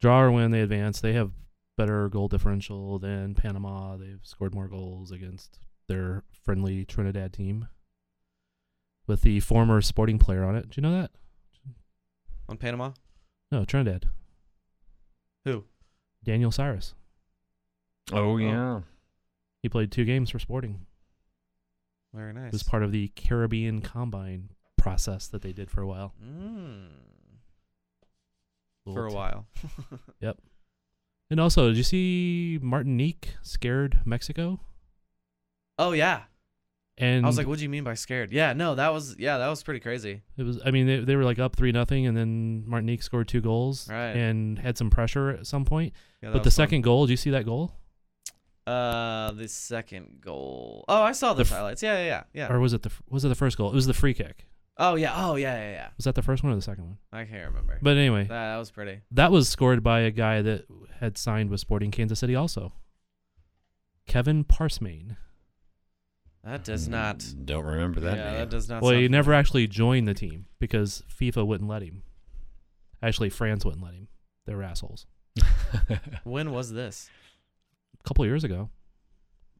Speaker 2: Draw or win, they advance. They have better goal differential than Panama. They've scored more goals against their friendly Trinidad team with the former sporting player on it. Do you know that?
Speaker 1: On Panama.
Speaker 2: No, Trinidad.
Speaker 1: Who?
Speaker 2: Daniel Cyrus.
Speaker 3: oh yeah.
Speaker 2: He played two games for Sporting.
Speaker 1: Very
Speaker 2: It
Speaker 1: nice.
Speaker 2: was part of the Caribbean Combine process that they did for a while.
Speaker 1: Mm,
Speaker 2: Little
Speaker 1: for a
Speaker 2: t-
Speaker 1: while.
Speaker 2: And also, did you see Martinique scared Mexico?
Speaker 1: Oh yeah.
Speaker 2: And
Speaker 1: I was like, what do you mean by scared? Yeah, no, that was yeah, that was pretty crazy.
Speaker 2: It was. I mean, they, they were like up three nothing, and then Martinique scored two goals
Speaker 1: Right.
Speaker 2: and had some pressure at some point.
Speaker 1: Yeah, that
Speaker 2: but the
Speaker 1: was fun.
Speaker 2: second goal, did you see that goal,
Speaker 1: uh the second goal. Oh, I saw
Speaker 2: The
Speaker 1: those
Speaker 2: f-
Speaker 1: highlights. Yeah, yeah, yeah. yeah.
Speaker 2: or was it the f- was it the first goal? It was the free kick.
Speaker 1: oh yeah. Oh yeah, yeah, yeah.
Speaker 2: Was that the first one or the second one?
Speaker 1: I can't remember.
Speaker 2: But anyway,
Speaker 1: that, that was pretty.
Speaker 2: that was scored by a guy that had signed with Sporting Kansas City, also. Kevin Parsmain.
Speaker 1: That does not.
Speaker 3: Don't remember that
Speaker 1: yeah,
Speaker 3: name.
Speaker 1: that does not.
Speaker 2: well, he
Speaker 1: sound
Speaker 2: never
Speaker 1: familiar.
Speaker 2: actually joined the team because FIFA wouldn't let him. Actually, France wouldn't let him. They were assholes.
Speaker 1: When was this?
Speaker 2: A couple of years ago.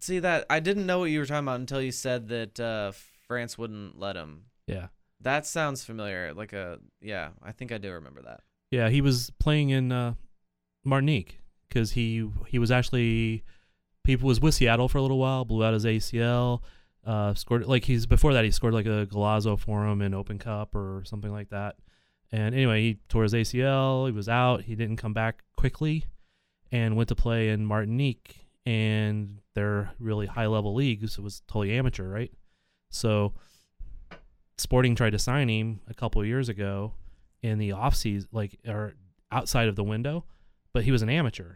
Speaker 1: See that I didn't know what you were talking about until you said that uh, France wouldn't let him.
Speaker 2: Yeah.
Speaker 1: That sounds familiar. Like a yeah, I think I do remember that.
Speaker 2: Yeah, he was playing in uh, Martinique because he he was actually he was with Seattle for a little while, blew out his ACL, uh, scored like he's before that he scored like a Golazo for him in Open Cup or something like that. And anyway, he tore his ACL. He was out. He didn't come back quickly, and went to play in Martinique and their really high level leagues. It was totally amateur, right? So, Sporting tried to sign him a couple of years ago, in the off season, like or outside of the window, but he was an amateur.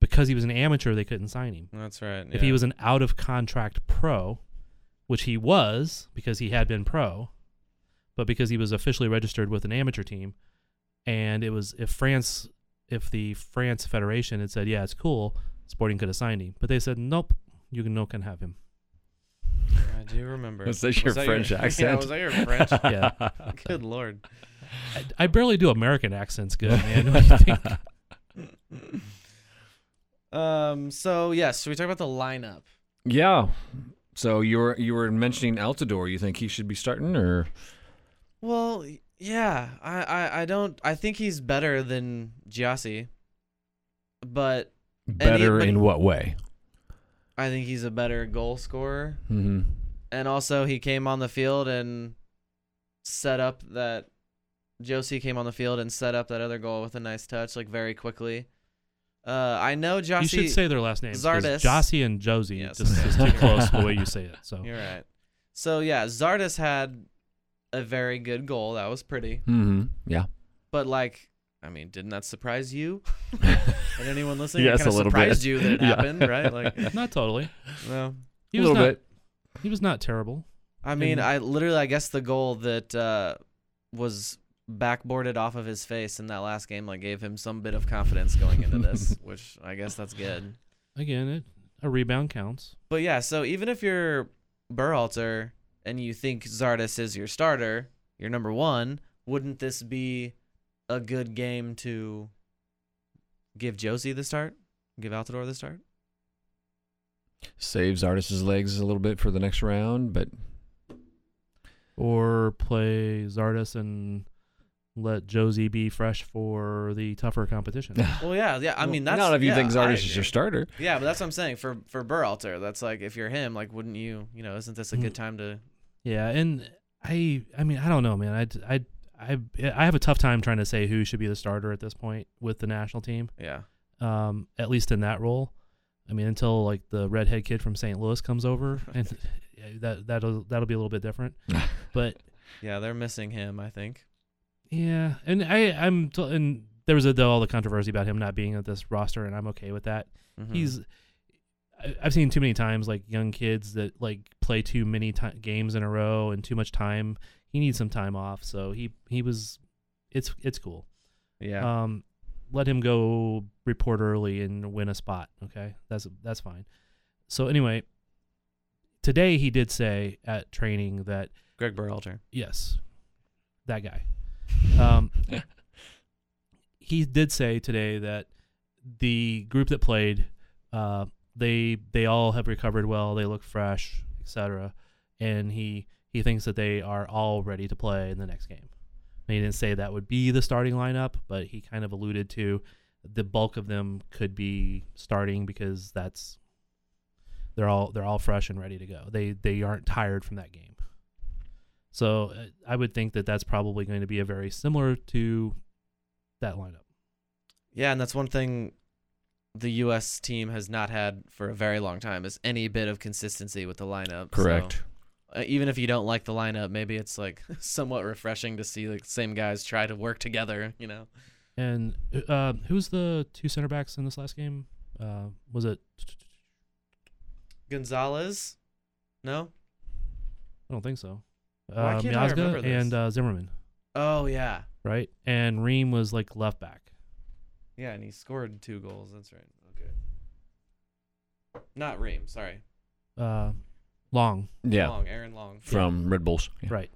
Speaker 2: Because he was an amateur, they couldn't sign him.
Speaker 1: That's right.
Speaker 2: If he was an out of contract pro, which he was because he had been pro, but because he was officially registered with an amateur team, and it was if France, if the France Federation had said, yeah, it's cool, Sporting could have signed him, but they said, nope, you can no can have him.
Speaker 1: I do remember.
Speaker 3: Was that your French
Speaker 1: Yeah,
Speaker 3: accent?
Speaker 1: was that your French?
Speaker 2: Yeah,
Speaker 1: Good lord.
Speaker 2: I, I barely do American accents good, man. What do you think?
Speaker 1: Um. So yes, should we talk about the lineup?
Speaker 3: Yeah. So you were you were mentioning Altador. You think he should be starting, or
Speaker 1: Well, y- yeah, I, I, I don't. I think he's better than Giassi, but
Speaker 3: better
Speaker 1: but-
Speaker 3: in what way?
Speaker 1: I think he's a better goal scorer.
Speaker 3: Mm-hmm.
Speaker 1: And also, he came on the field and set up that Josie came on the field and set up that other goal with a nice touch, like very quickly. Uh, I know Jossie.
Speaker 2: you should say their last names. 'cause
Speaker 1: Zardes.
Speaker 2: Jossie and Josie.
Speaker 1: Yes.
Speaker 2: Just, just too close the way you say it. So
Speaker 1: You're right. So yeah, Zardes had a very good goal. That was pretty.
Speaker 3: Mm-hmm. Yeah.
Speaker 1: But like, I mean, didn't that surprise you? and anyone listening,
Speaker 3: Yes,
Speaker 1: it kind
Speaker 3: a
Speaker 1: of
Speaker 3: little bit.
Speaker 1: surprised you that it
Speaker 3: Yeah.
Speaker 1: happened, right? Like,
Speaker 2: not totally.
Speaker 1: no.
Speaker 2: He
Speaker 3: a
Speaker 2: was
Speaker 3: little
Speaker 2: not,
Speaker 3: bit.
Speaker 2: He was not terrible.
Speaker 1: I mean,
Speaker 2: And-
Speaker 1: I literally, I guess the goal that uh, was backboarded off of his face in that last game like gave him some bit of confidence going into this, which I guess that's good.
Speaker 2: Again, it, a rebound counts.
Speaker 1: But yeah, so even if you're Burhalter and you think Zardes is your starter, your number one, wouldn't this be a good game to give Josie the start? Give Altador the start?
Speaker 3: Saves artist's legs a little bit for the next round, but
Speaker 2: Or play Zardes and let Josie be fresh for the tougher competition.
Speaker 1: Well, yeah, yeah. I mean, that's
Speaker 3: not if you
Speaker 1: yeah,
Speaker 3: think
Speaker 1: I
Speaker 3: Zardes is your
Speaker 1: agree.
Speaker 3: starter.
Speaker 1: Yeah, but that's what I'm saying. For for Burhalter, that's like if you're him, like wouldn't you? You know, isn't this a good time to?
Speaker 2: yeah, and I I mean I don't know, man. I I I I have a tough time trying to say who should be the starter at this point with the national team.
Speaker 1: Yeah,
Speaker 2: um, at least in that role. I mean, until like the redhead kid from St. Louis comes over, and yeah, that that'll that'll be a little bit different. But
Speaker 1: yeah. They're missing him, I think.
Speaker 2: yeah, and I I'm t- and there was a, the, all the controversy about him not being at this roster, and I'm okay with that.
Speaker 1: Mhm.
Speaker 2: He's I, I've seen too many times like young kids that like play too many ti games in a row and too much time. He needs some time off, so he he was it's it's cool.
Speaker 1: yeah.
Speaker 2: Um, let him go report early and win a spot. Okay, that's that's fine. So anyway, today he did say at training that
Speaker 1: Greg Berhalter.
Speaker 2: yes, that guy. Um, he did say today that the group that played, uh, they they all have recovered well. They look fresh, etc. And he he thinks that they are all ready to play in the next game. And he didn't say that would be the starting lineup, but he kind of alluded to the bulk of them could be starting because that's they're all they're all fresh and ready to go. They they aren't tired from that game. So uh, I would think that that's probably going to be a very similar to that lineup.
Speaker 1: Yeah, and that's one thing the U.S. team has not had for a very long time is any bit of consistency with the lineup. so,
Speaker 3: Correct.
Speaker 1: uh, even if you don't like the lineup, maybe it's like somewhat refreshing to see the same guys try to work together. You know.
Speaker 2: And uh, who's the two center backs in this last game? Uh, was it?
Speaker 1: Gonzalez. No.
Speaker 2: I don't think so. Uh,
Speaker 1: Why can't I
Speaker 2: Miazga
Speaker 1: remember this?
Speaker 2: and uh, Zimmerman,
Speaker 1: Oh yeah.
Speaker 2: right? And Ream was like left back.
Speaker 1: Yeah, and he scored two goals. That's right. Okay. Not Ream. Sorry.
Speaker 2: Uh, long,
Speaker 3: Yeah,
Speaker 1: Long. Aaron Long.
Speaker 3: from Red Bulls. Yeah.
Speaker 2: right?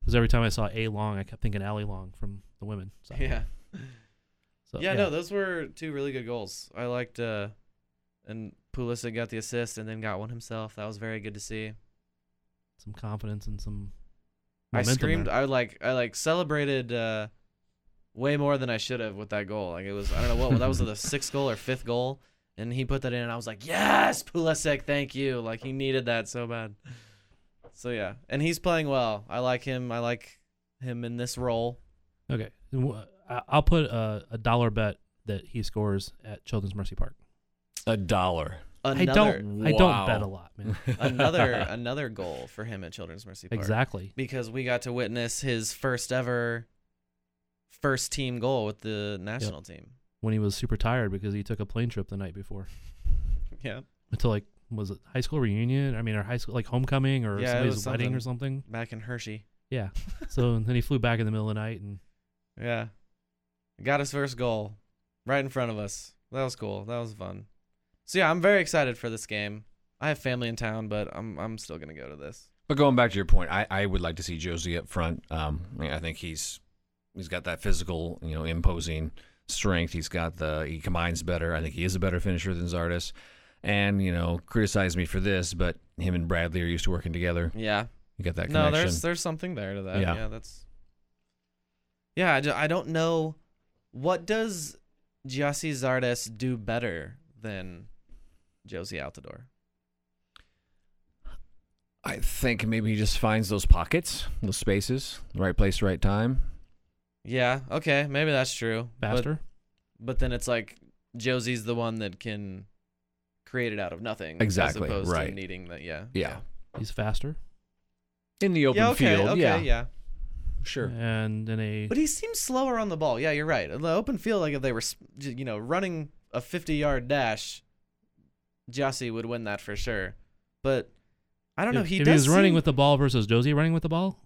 Speaker 2: Because every time I saw a long, I kept thinking Allie Long from the women. So,
Speaker 1: Yeah.
Speaker 2: So,
Speaker 1: yeah, no, those were two really good goals. I liked, uh, and Pulisic got the assist and then got one himself. That was very good to see.
Speaker 2: some confidence and some.
Speaker 1: I
Speaker 2: momentum
Speaker 1: screamed.
Speaker 2: there.
Speaker 1: I like. I like celebrated uh, way more than I should have with that goal. Like it was. I don't know what that was the sixth goal or fifth goal, and he put that in, and I was like, yes, Pulisic, thank you. Like he needed that so bad. So yeah, and he's playing well. I like him. I like him in this role.
Speaker 2: Okay, Wh- I- I'll put a, a dollar bet that he scores at Children's Mercy Park.
Speaker 3: A dollar.
Speaker 1: Another,
Speaker 2: I don't. I don't
Speaker 3: Wow.
Speaker 2: bet a lot, man.
Speaker 1: another uh, another goal for him at Children's Mercy Park.
Speaker 2: exactly.
Speaker 1: because we got to witness his first ever first team goal with the national team.
Speaker 2: When he was super tired because he took a plane trip the night before
Speaker 1: Yeah.
Speaker 2: until like was it high school reunion? I mean, or high school like homecoming or
Speaker 1: Yeah, it
Speaker 2: somebody's
Speaker 1: was
Speaker 2: wedding or something.
Speaker 1: Back in Hershey.
Speaker 2: Yeah. So then he flew back in the middle of the night and
Speaker 1: Yeah. Got his first goal right in front of us. That was cool. That was fun. So yeah, I'm very excited for this game. I have family in town, but I'm I'm still gonna go to this.
Speaker 3: But going back to your point, I, I would like to see Josie up front. Um, I, mean, I think he's he's got that physical, you know, imposing strength. He's got the he combines better. I think he is a better finisher than Zardes. and you know criticized me for this, but him and Bradley are used to working together.
Speaker 1: Yeah.
Speaker 3: You got that
Speaker 1: No,
Speaker 3: connection.
Speaker 1: there's there's something there to that. Yeah,
Speaker 3: Yeah.
Speaker 1: that's. Yeah, I, ju- I don't know. What does Giassi Zardes do better than Josie Altador?
Speaker 3: I think maybe he just finds those pockets, those spaces, the right place, right time.
Speaker 1: Yeah, okay, maybe that's true. but-
Speaker 2: faster.
Speaker 1: But, then it's like Josie's the one that can create it out of nothing. As
Speaker 3: Exactly,
Speaker 1: opposed
Speaker 3: right.
Speaker 1: To needing that. Yeah.
Speaker 3: Yeah.
Speaker 2: He's faster.
Speaker 3: In the
Speaker 1: Yeah.
Speaker 3: open
Speaker 1: Yeah, okay.
Speaker 3: field.
Speaker 1: okay.
Speaker 3: yeah.
Speaker 1: Yeah.
Speaker 3: Sure.
Speaker 2: And in a
Speaker 1: But he seems slower on the ball. Yeah, you're right. In the open field, like if they were, s- j- you know, running a 50 yard dash, Jossie would win that for sure. But I don't know.
Speaker 2: If,
Speaker 1: He
Speaker 2: if
Speaker 1: does
Speaker 2: he's running
Speaker 1: seem-
Speaker 2: with the ball versus Josie running with the ball.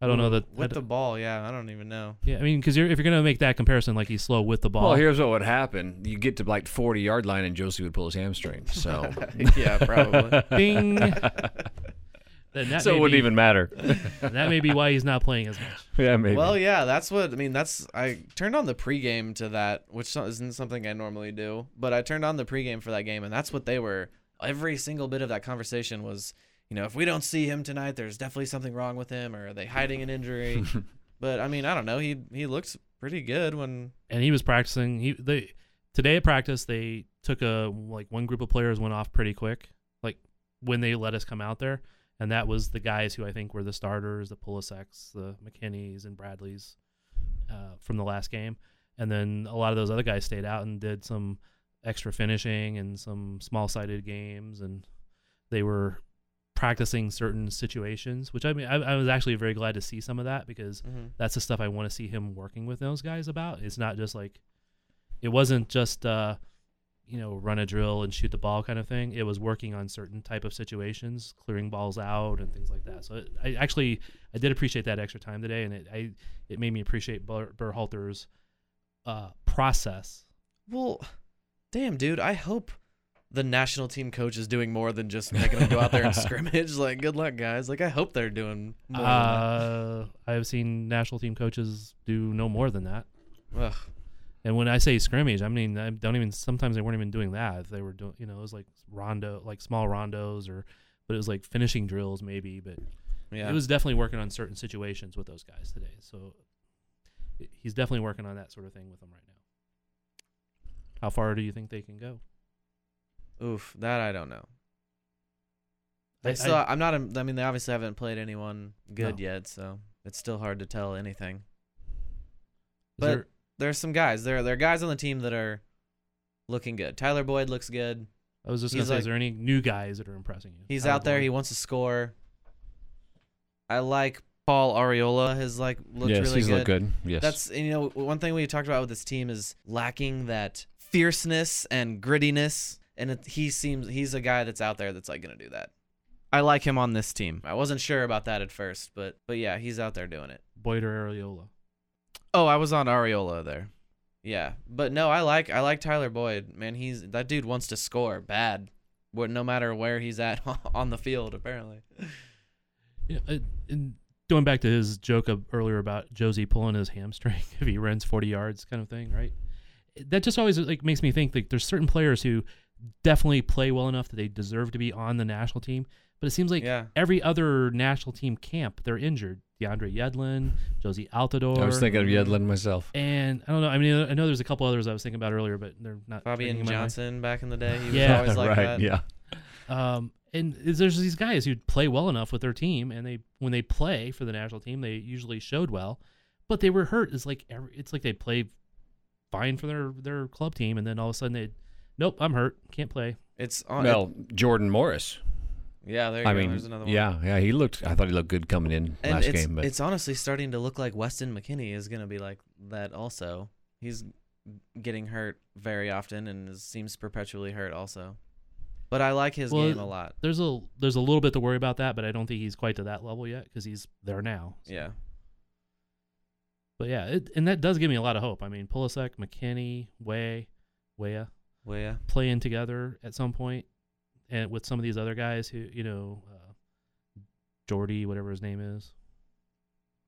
Speaker 2: I don't know that. I
Speaker 1: with
Speaker 2: d-
Speaker 1: the ball. Yeah, I don't even know.
Speaker 2: yeah, I mean, because you're, if you're gonna make that comparison, like he's slow with the ball.
Speaker 3: Well, here's what would happen. You get to like 40 yard line and Josie would pull his hamstring. So
Speaker 1: yeah, probably.
Speaker 2: Bing. Then that
Speaker 3: so
Speaker 2: may
Speaker 3: it wouldn't
Speaker 2: be-
Speaker 3: even matter.
Speaker 2: That may be why he's not playing as much.
Speaker 3: yeah, maybe.
Speaker 1: Well, yeah, that's what I mean. That's I turned on the pregame to that, which so- isn't something I normally do, but I turned on the pregame for that game, and that's what they were. Every single bit of that conversation was, you know, if we don't see him tonight, there's definitely something wrong with him, or are they hiding an injury? but I mean, I don't know. He he looks pretty good when
Speaker 2: and he was practicing. He they today at practice they took a like one group of players went off pretty quick. Like when they let us come out there, and that was the guys who I think were the starters, the Puliseks, the McKinneys, and Bradleys uh, from the last game. And then a lot of those other guys stayed out and did some extra finishing and some small sided games, and they were practicing certain situations. Which I mean, I, I was actually very glad to see some of that because
Speaker 1: mm-hmm.
Speaker 2: that's the stuff I want to see him working with those guys about. It's not just like it wasn't just uh you know run a drill and shoot the ball kind of thing. It was working on certain type of situations, clearing balls out and things like that. So it, I actually I did appreciate that extra time today, and it I it made me appreciate Bur- Burhalter's uh process.
Speaker 1: well, damn, dude, I hope. The national team coach is doing more than just making them go out there and scrimmage. Like, good luck, guys. Like, I hope they're doing more. than that.
Speaker 2: Uh, I've seen national team coaches do no more than that.
Speaker 1: Ugh.
Speaker 2: And when I say scrimmage, I mean I don't even. Sometimes they weren't even doing that. They were doing, you know, it was like rondo, like small rondos, or but it was like finishing drills maybe. But
Speaker 1: Yeah.
Speaker 2: it was definitely working on certain situations with those guys today. So it- he's definitely working on that sort of thing with them right now. How far do you think they can go?
Speaker 1: Oof, that I don't know. They
Speaker 2: I-
Speaker 1: still, I, am not. im- I mean, they obviously haven't played anyone good
Speaker 2: No.
Speaker 1: yet, so it's still hard to tell anything.
Speaker 2: Is there-
Speaker 1: There's some guys. There, there are guys on the team that are looking good. Tyler Boyd looks good.
Speaker 2: I was just gonna
Speaker 1: he's
Speaker 2: say, is
Speaker 1: like-
Speaker 2: there any new guys that are impressing you?
Speaker 1: He's
Speaker 2: Tyler
Speaker 1: out there. He
Speaker 2: Boyd.
Speaker 1: wants to score. I like Paul Ariola. Has like looked
Speaker 3: yes,
Speaker 1: really
Speaker 3: he's
Speaker 1: good.
Speaker 3: looked good. Yes.
Speaker 1: That's you know one thing we talked about with this team is lacking that fierceness and grittiness, and it, he seems he's a guy that's out there that's like gonna do that. I like him on this team. I wasn't sure about that at first, but but yeah, he's out there doing it.
Speaker 2: Boyd or Areola.
Speaker 1: Oh, I was on Ariola there. Yeah, but no, I like I like Tyler Boyd. Man, he's that dude wants to score bad, what no matter where he's at on the field. Apparently,
Speaker 2: Yeah, uh, and going back to his joke of earlier about Josie pulling his hamstring if he runs 40 yards, kind of thing, right? That just always like makes me think like there's certain players who definitely play well enough that they deserve to be on the national team, but it seems like
Speaker 1: Yeah.
Speaker 2: every other national team camp they're injured. DeAndre Yedlin, Josie Altador,
Speaker 3: I was thinking of Yedlin myself.
Speaker 2: and I don't know. I mean, I know there's a couple others I was thinking about earlier, but they're not. springing
Speaker 1: Fabian
Speaker 2: to my mind.
Speaker 1: Johnson back in the day, he was
Speaker 2: Yeah.
Speaker 1: always like
Speaker 3: right.
Speaker 1: that.
Speaker 3: Yeah.
Speaker 2: Um, and is- there's these guys who play well enough with their team, and they when they play for the national team, they usually showed well, but they were hurt. It's like every, it's like they play fine for their their club team, and then all of a sudden they, nope, I'm hurt, can't play.
Speaker 1: It's on.
Speaker 3: Well, Jordan Morris.
Speaker 1: yeah, there you
Speaker 3: I
Speaker 1: go.
Speaker 3: mean,
Speaker 1: There's another one.
Speaker 3: yeah, yeah. He looked. I thought he looked good coming in
Speaker 1: And
Speaker 3: last
Speaker 1: it's,
Speaker 3: game, but
Speaker 1: it's honestly starting to look like Weston McKinney is going to be like that also. He's getting hurt very often and is, seems perpetually hurt also. But I like his
Speaker 2: Well,
Speaker 1: game a lot.
Speaker 2: There's a there's a little bit to worry about that, but I don't think he's quite to that level yet because he's there now.
Speaker 1: Yeah.
Speaker 2: But yeah, it, and that does give me a lot of hope. I mean, Pulisic, McKinney, Way, Wea.
Speaker 1: Well, yeah.
Speaker 2: playing together at some point and with some of these other guys who you know uh, jordy whatever his name is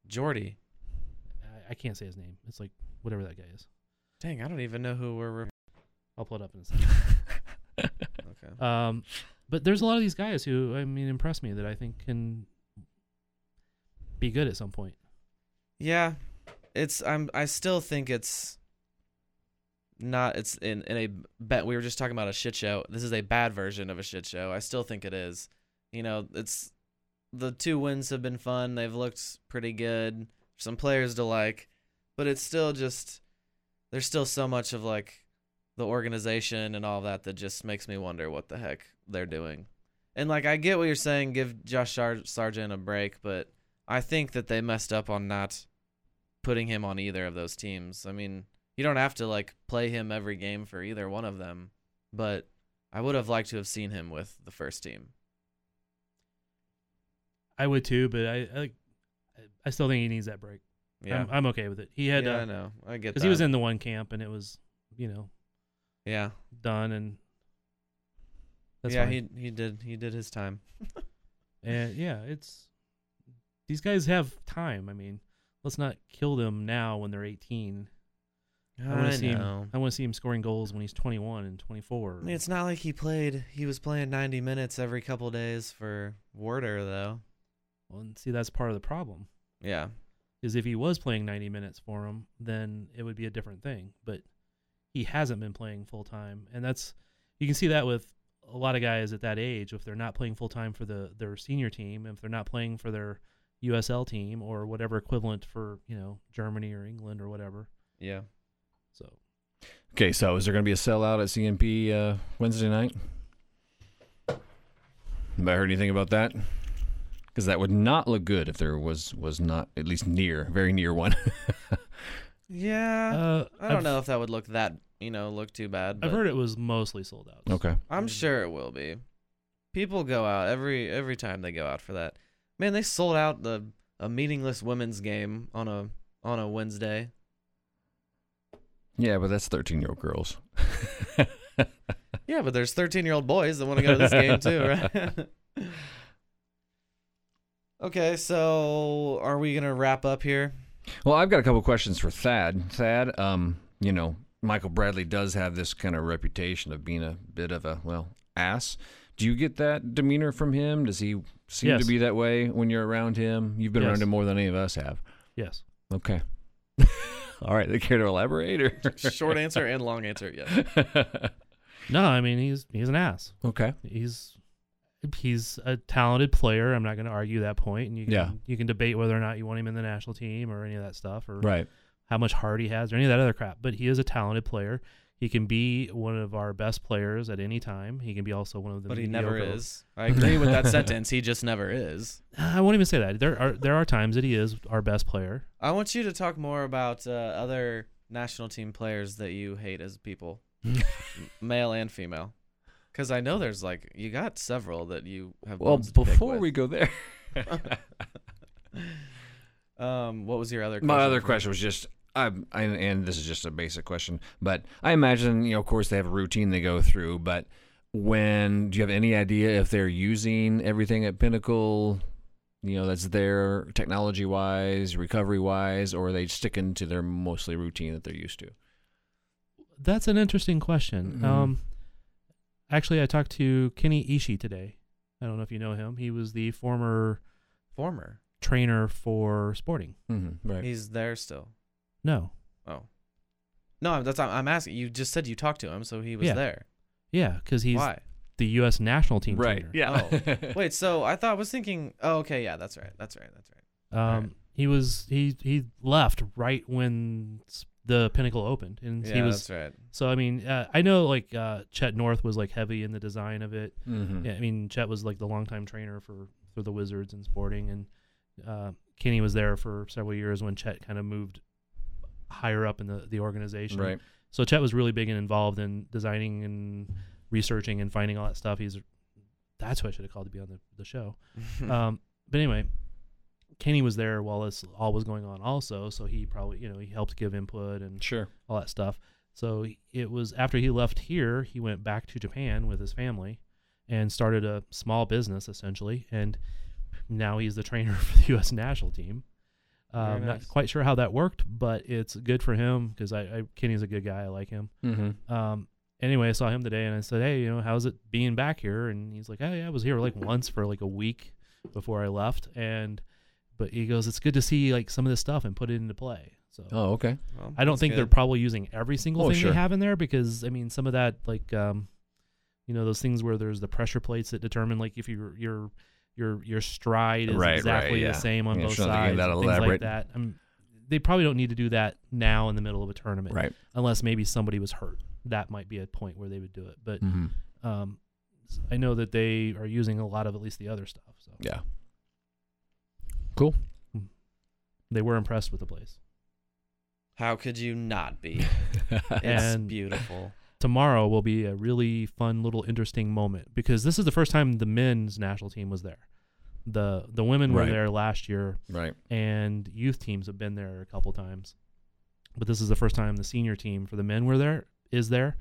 Speaker 1: Jordy.
Speaker 2: I, I can't say his name it's like whatever that guy is
Speaker 1: Dang, I don't even know who we're. re-
Speaker 2: i'll pull it up in a second Um, but there's a lot of these guys who I mean impress me that I think can be good at some point.
Speaker 1: Yeah, it's I'm I still think it's not it's in in a bet we were just talking about a shit show. This is a bad version of a shit show. I still think it is. You know, it's the two wins have been fun. They've looked pretty good. Some players to like, but it's still just there's still so much of like the organization and all that that just makes me wonder what the heck they're doing. And like I get what you're saying, give Josh Sar- Sargent a break, but I think that they messed up on not putting him on either of those teams. I mean, you don't have to like play him every game for either one of them, but I would have liked to have seen him with the first team.
Speaker 2: I would too, but I I, I still think he needs that break.
Speaker 1: Yeah,
Speaker 2: I'm, I'm okay with it. He Um, had
Speaker 1: yeah, I
Speaker 2: because
Speaker 1: know. I get that.
Speaker 2: he was in the one camp and it was you know
Speaker 1: Yeah,
Speaker 2: done and that's
Speaker 1: yeah.
Speaker 2: fine.
Speaker 1: He he did he did his time.
Speaker 2: And yeah, it's these guys have time. I mean, let's not kill them now when they're 18. I want to see him. I want to see him scoring goals when he's 21 and 24.
Speaker 1: I mean, it's not like he played. He was playing 90 minutes every couple days for Warder, though.
Speaker 2: Well, and see, that's part of the problem.
Speaker 1: Yeah,
Speaker 2: Is if he was playing 90 minutes for him, then it would be a different thing. But he hasn't been playing full time, and that's you can see that with a lot of guys at that age. If they're not playing full time for the their senior team, if they're not playing for their USL team or whatever equivalent for you know Germany or England or whatever,
Speaker 1: yeah.
Speaker 2: so.
Speaker 3: Okay, so is there going to be a sellout at CNP uh, Wednesday night? Anybody heard anything about that? Because that would not look good if there was was not at least near, very near one.
Speaker 1: Yeah.
Speaker 2: Uh,
Speaker 1: I don't
Speaker 2: I've-
Speaker 1: know if that would look that you know look too bad. But
Speaker 2: I've heard it was mostly sold out.
Speaker 3: okay,
Speaker 1: I'm
Speaker 2: Mm.
Speaker 1: sure it will be. People go out every every time they go out for that. Man, they sold out the a meaningless women's game on a on a Wednesday.
Speaker 3: yeah, but that's thirteen year old girls.
Speaker 1: Yeah, but there's 13 year old boys that want to go to this game too, right? okay, so are we gonna wrap up here?
Speaker 3: Well, I've got a couple questions for Thad. Thad, um, you know, Michael Bradley does have this kind of reputation of being a bit of a well ass. Do you get that demeanor from him? Does he seem
Speaker 2: Yes.
Speaker 3: to be that way when you're around him? You've been
Speaker 2: Yes.
Speaker 3: around him more than any of us have.
Speaker 2: Yes.
Speaker 3: Okay. All right. They care to elaborate or?
Speaker 1: Short answer and long answer, yes.
Speaker 2: No, I mean he's he's an ass.
Speaker 3: okay.
Speaker 2: He's he's a talented player. I'm not going to argue that point. And you can,
Speaker 3: Yeah.
Speaker 2: you can debate whether or not you want him in the national team or any of that stuff or
Speaker 3: Right.
Speaker 2: how much heart he has or any of that other crap. But he is a talented player. He can be one of our best players at any time. He can be also one of the
Speaker 1: But he never
Speaker 2: mediocre-
Speaker 1: is. I agree with that sentence. He just never is.
Speaker 2: I won't even say that. There are there are times that he is our best player.
Speaker 1: I want you to talk more about uh, other national team players that you hate as people, M- male and female, because I know there's like you got several that you have.
Speaker 3: Well,
Speaker 1: bones to pick
Speaker 3: before
Speaker 1: with.
Speaker 3: we go there,
Speaker 1: um, what was your other?
Speaker 3: my other question was just. I, I, and this is just a basic question, but I imagine, you know, of course, they have a routine they go through. But when do you have any idea if they're using everything at Pinnacle, you know, that's there technology wise, recovery wise, or are they sticking to their mostly routine that they're used to?
Speaker 2: That's an interesting question.
Speaker 1: Mm-hmm.
Speaker 3: Mhm.
Speaker 2: Um, actually, I talked to Kenny Ishii today. I don't know if you know him. He was the former
Speaker 1: Former,
Speaker 2: trainer for Sporting.
Speaker 3: Mm-hmm, right.
Speaker 1: he's there still.
Speaker 2: No,
Speaker 1: Oh, no, that's I'm, I'm asking. You just said you talked to him, so he was
Speaker 2: Yeah.
Speaker 1: there.
Speaker 2: yeah, because he's
Speaker 1: Why?
Speaker 2: the U.S. national team
Speaker 3: Right.
Speaker 2: trainer.
Speaker 3: Yeah.
Speaker 1: Wait, so I thought I was thinking. Oh, okay, yeah, that's right, that's right, that's right.
Speaker 2: Um,
Speaker 1: Right.
Speaker 2: he was he he left right when s- the Pinnacle opened, and
Speaker 1: Yeah,
Speaker 2: he was.
Speaker 1: that's right.
Speaker 2: So I mean, uh, I know like uh, Chet North was like heavy in the design of it.
Speaker 3: mm-hmm.
Speaker 2: Yeah, I mean, Chet was like the longtime trainer for for the Wizards and Sporting, and uh, Kenny was there for several years when Chet kind of moved higher up in the the organization.
Speaker 3: Right.
Speaker 2: So Chet was really big and involved in designing and researching and finding all that stuff. He's that's who I should have called to be on the, the show.
Speaker 1: Hmm.
Speaker 2: um, but anyway, Kenny was there while this all was going on, also. So he probably you know he helped give input and
Speaker 3: Sure.
Speaker 2: all that stuff. So it was after he left here, he went back to Japan with his family and started a small business essentially. And now he's the trainer for the U.S. national team.
Speaker 1: Very
Speaker 2: Um,
Speaker 1: nice.
Speaker 2: Not quite sure how that worked, but it's good for him because I, I Kenny's a good guy. I like him.
Speaker 3: Mm-hmm.
Speaker 2: Um, anyway, I saw him today and I said, "Hey, you know, how's it being back here?" And he's like, "Oh yeah, I was here like once for like a week before I left." And but he goes, "It's good to see like some of this stuff and put it into play." So
Speaker 3: Oh, okay.
Speaker 1: Well,
Speaker 2: I don't
Speaker 1: that's
Speaker 2: think they're
Speaker 1: good.
Speaker 2: probably using every single
Speaker 3: Oh,
Speaker 2: thing
Speaker 3: sure.
Speaker 2: they have in there because I mean some of that like um you know those things where there's the pressure plates that determine like if your your your your stride is
Speaker 3: Right, right,
Speaker 2: exactly
Speaker 3: yeah.
Speaker 2: the same on
Speaker 3: Yeah,
Speaker 2: both
Speaker 3: sure, they're
Speaker 2: sides
Speaker 3: getting that
Speaker 2: and things
Speaker 3: elaborate.
Speaker 2: like that. i they probably don't need to do that now in the middle of a tournament
Speaker 3: Right.
Speaker 2: unless maybe somebody was hurt. That might be a point where they would do it. But
Speaker 3: Mm-hmm.
Speaker 2: um s- I know that they are using a lot of at least the other stuff. So
Speaker 3: Yeah.
Speaker 2: they were impressed with the place.
Speaker 1: How could you not be? It's
Speaker 2: And-
Speaker 1: beautiful.
Speaker 2: tomorrow will be a really fun little interesting moment because this is the first time the men's national team was there. The the women were
Speaker 3: Right.
Speaker 2: there last year
Speaker 3: right.
Speaker 2: and youth teams have been there a couple times. But this is the first time the senior team for the men were there is there.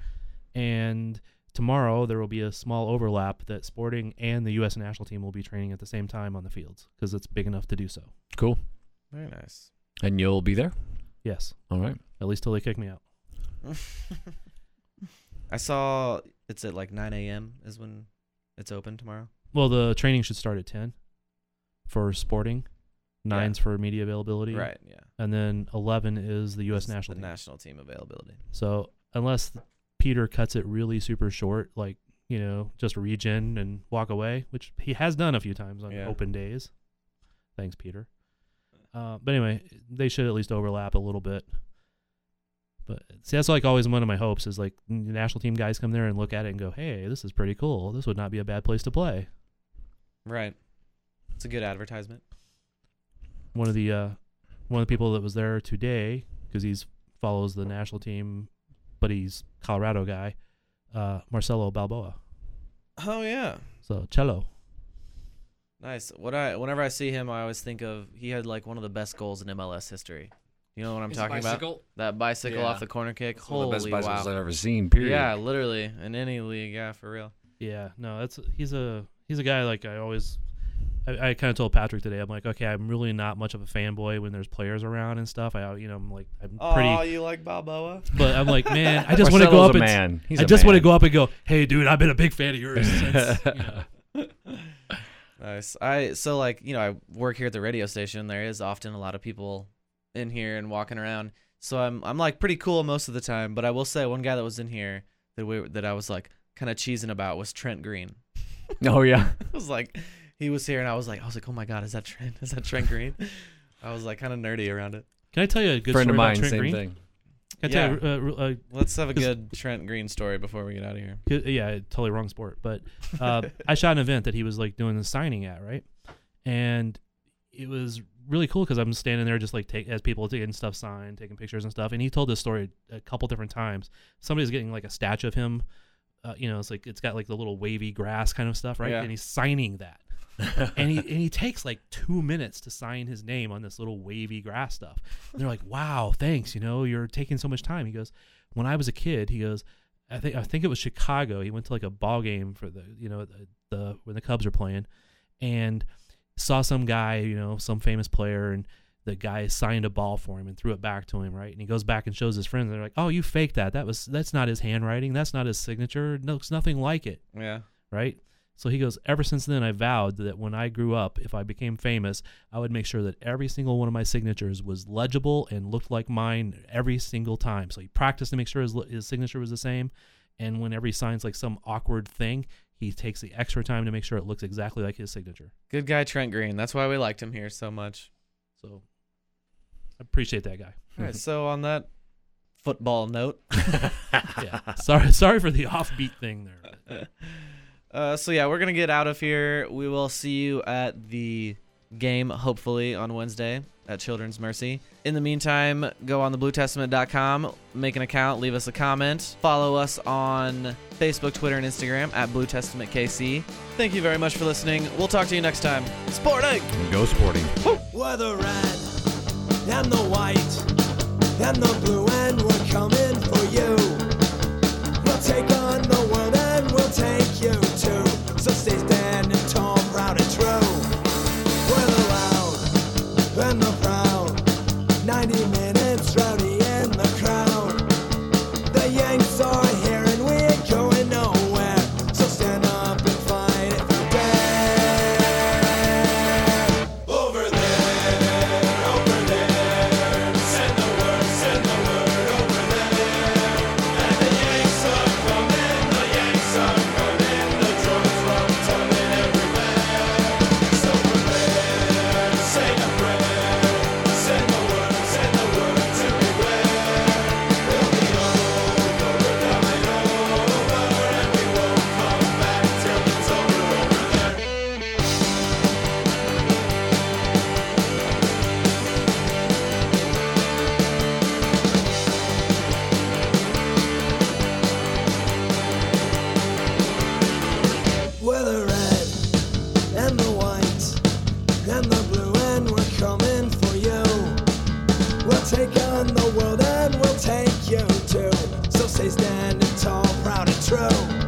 Speaker 2: And tomorrow there will be a small overlap that sporting and the US national team will be training at the same time on the fields because it's big enough to do so.
Speaker 3: Cool.
Speaker 1: Very nice.
Speaker 3: And you'll be there.
Speaker 2: Yes.
Speaker 3: All right.
Speaker 2: At least till they kick me out.
Speaker 1: I saw it's at like 9 a.m. is when it's open tomorrow.
Speaker 2: Well, the training should start at 10 for sporting, 9's for media availability.
Speaker 1: Right. Yeah.
Speaker 2: and then 11 is the U.S.
Speaker 1: It's
Speaker 2: national
Speaker 1: the
Speaker 2: team.
Speaker 1: national team availability.
Speaker 2: so unless Peter cuts it really super short, like you know, just regen and walk away, which he has done a few times on
Speaker 1: Yeah.
Speaker 2: open days. Thanks, Peter. Uh, but anyway, they should at least overlap a little bit. But see, that's like always one of my hopes is like the national team guys come there and look at it and go, "Hey, this is pretty cool. This would not be a bad place to play."
Speaker 1: Right. It's a good advertisement.
Speaker 2: one of the uh, one of the people that was there today because he's follows the national team, but he's Colorado guy, uh, Marcelo Balboa.
Speaker 1: Oh yeah.
Speaker 2: So cello.
Speaker 1: Nice. What I whenever I see him, I always think of he had like one of the best goals in MLS history. You know what I'm talking about? That bicycle
Speaker 3: Yeah.
Speaker 1: off the corner kick.
Speaker 3: It's one
Speaker 1: Holy
Speaker 3: of the best bicycles
Speaker 1: wow!
Speaker 3: I've ever seen. Period.
Speaker 1: Yeah, literally in any league. Yeah, for real.
Speaker 2: Yeah, no, that's he's a he's a guy like I always. I, I kind of told Patrick today. I'm like, okay, I'm really not much of a fanboy when there's players around and stuff. I, you know, I'm like, I'm pretty,
Speaker 1: Oh, you like Balboa?
Speaker 2: but I'm like, man, I just want to go
Speaker 3: Marcelo's
Speaker 2: up
Speaker 3: a
Speaker 2: and
Speaker 3: man. He's
Speaker 2: I
Speaker 3: a
Speaker 2: just want to
Speaker 3: man.
Speaker 2: go up and go, hey, dude, I've been a big fan of yours since. You know.
Speaker 1: Nice. I so like you know I work here at the radio station. There is often a lot of people in here and walking around. So I'm I'm like pretty cool most of the time. But I will say one guy that was in here that we that I was like kind of cheesing about was Trent Green.
Speaker 3: Oh yeah.
Speaker 1: I was like, he was here and I was like, I was like, oh my god, is that Trent? Is that Trent Green? I was like kind of nerdy around it.
Speaker 2: Can I tell you a good
Speaker 3: Friend
Speaker 2: story
Speaker 3: of mine.
Speaker 2: about Trent
Speaker 3: Same
Speaker 2: Green?
Speaker 3: thing.
Speaker 2: Can I tell you a, a, a
Speaker 1: Let's have a
Speaker 2: 'Cause-
Speaker 1: good Trent Green story before we get out of here.
Speaker 2: Good- yeah, totally wrong sport. But uh, I shot an event that he was like doing the signing at, right? And it was really cool because I'm standing there just like take as people taking stuff signed, taking pictures and stuff. And he told this story a couple different times. Somebody's getting like a statue of him. Uh, you know, it's like it's got like the little wavy grass kind of stuff, right?
Speaker 1: Yeah.
Speaker 2: And he's signing that. and he and he takes like two minutes to sign his name on this little wavy grass stuff. And they're like, "Wow, thanks. You know, you're taking so much time." He goes, "When I was a kid, he goes, I think I think it was Chicago. He went to like a ball game for the you know the, the when the Cubs are playing, and saw some guy you know some famous player and." The guy signed a ball for him and threw it back to him, right? And he goes back and shows his friends. And they're like, "Oh, you faked that. That was that's not his handwriting. That's not his signature. No, it's nothing like it."
Speaker 1: Yeah.
Speaker 2: right? So he goes, Ever since then, I vowed that when I grew up, if I became famous, I would make sure that every single one of my signatures was legible and looked like mine every single time. So he practiced to make sure his, his signature was the same. And whenever he signs like some awkward thing, he takes the extra time to make sure it looks exactly like his signature.
Speaker 1: Good guy Trent Green. That's why we liked him here so much.
Speaker 2: So I appreciate that guy.
Speaker 1: All right. So on that football note,
Speaker 2: Yeah. sorry, sorry for the offbeat thing there.
Speaker 1: Uh, so yeah, we're gonna get out of here. We will see you at the game hopefully on Wednesday at Children's Mercy. In the meantime, go on thebluetestament.com, make an account, leave us a comment, follow us on Facebook, Twitter, and Instagram at Blue Testament KC. Thank you very much for listening. We'll talk to you next time. Sporting.
Speaker 3: Go sporting.
Speaker 4: We're the red and the white and the blue, and we're coming for you. We'll take on the world and we'll take you too. So stay standing tall, proud and true. We're the loud and the proud. 90 minutes, rowdy in the crowd. The Yanks are here and we're
Speaker 5: all proud and true.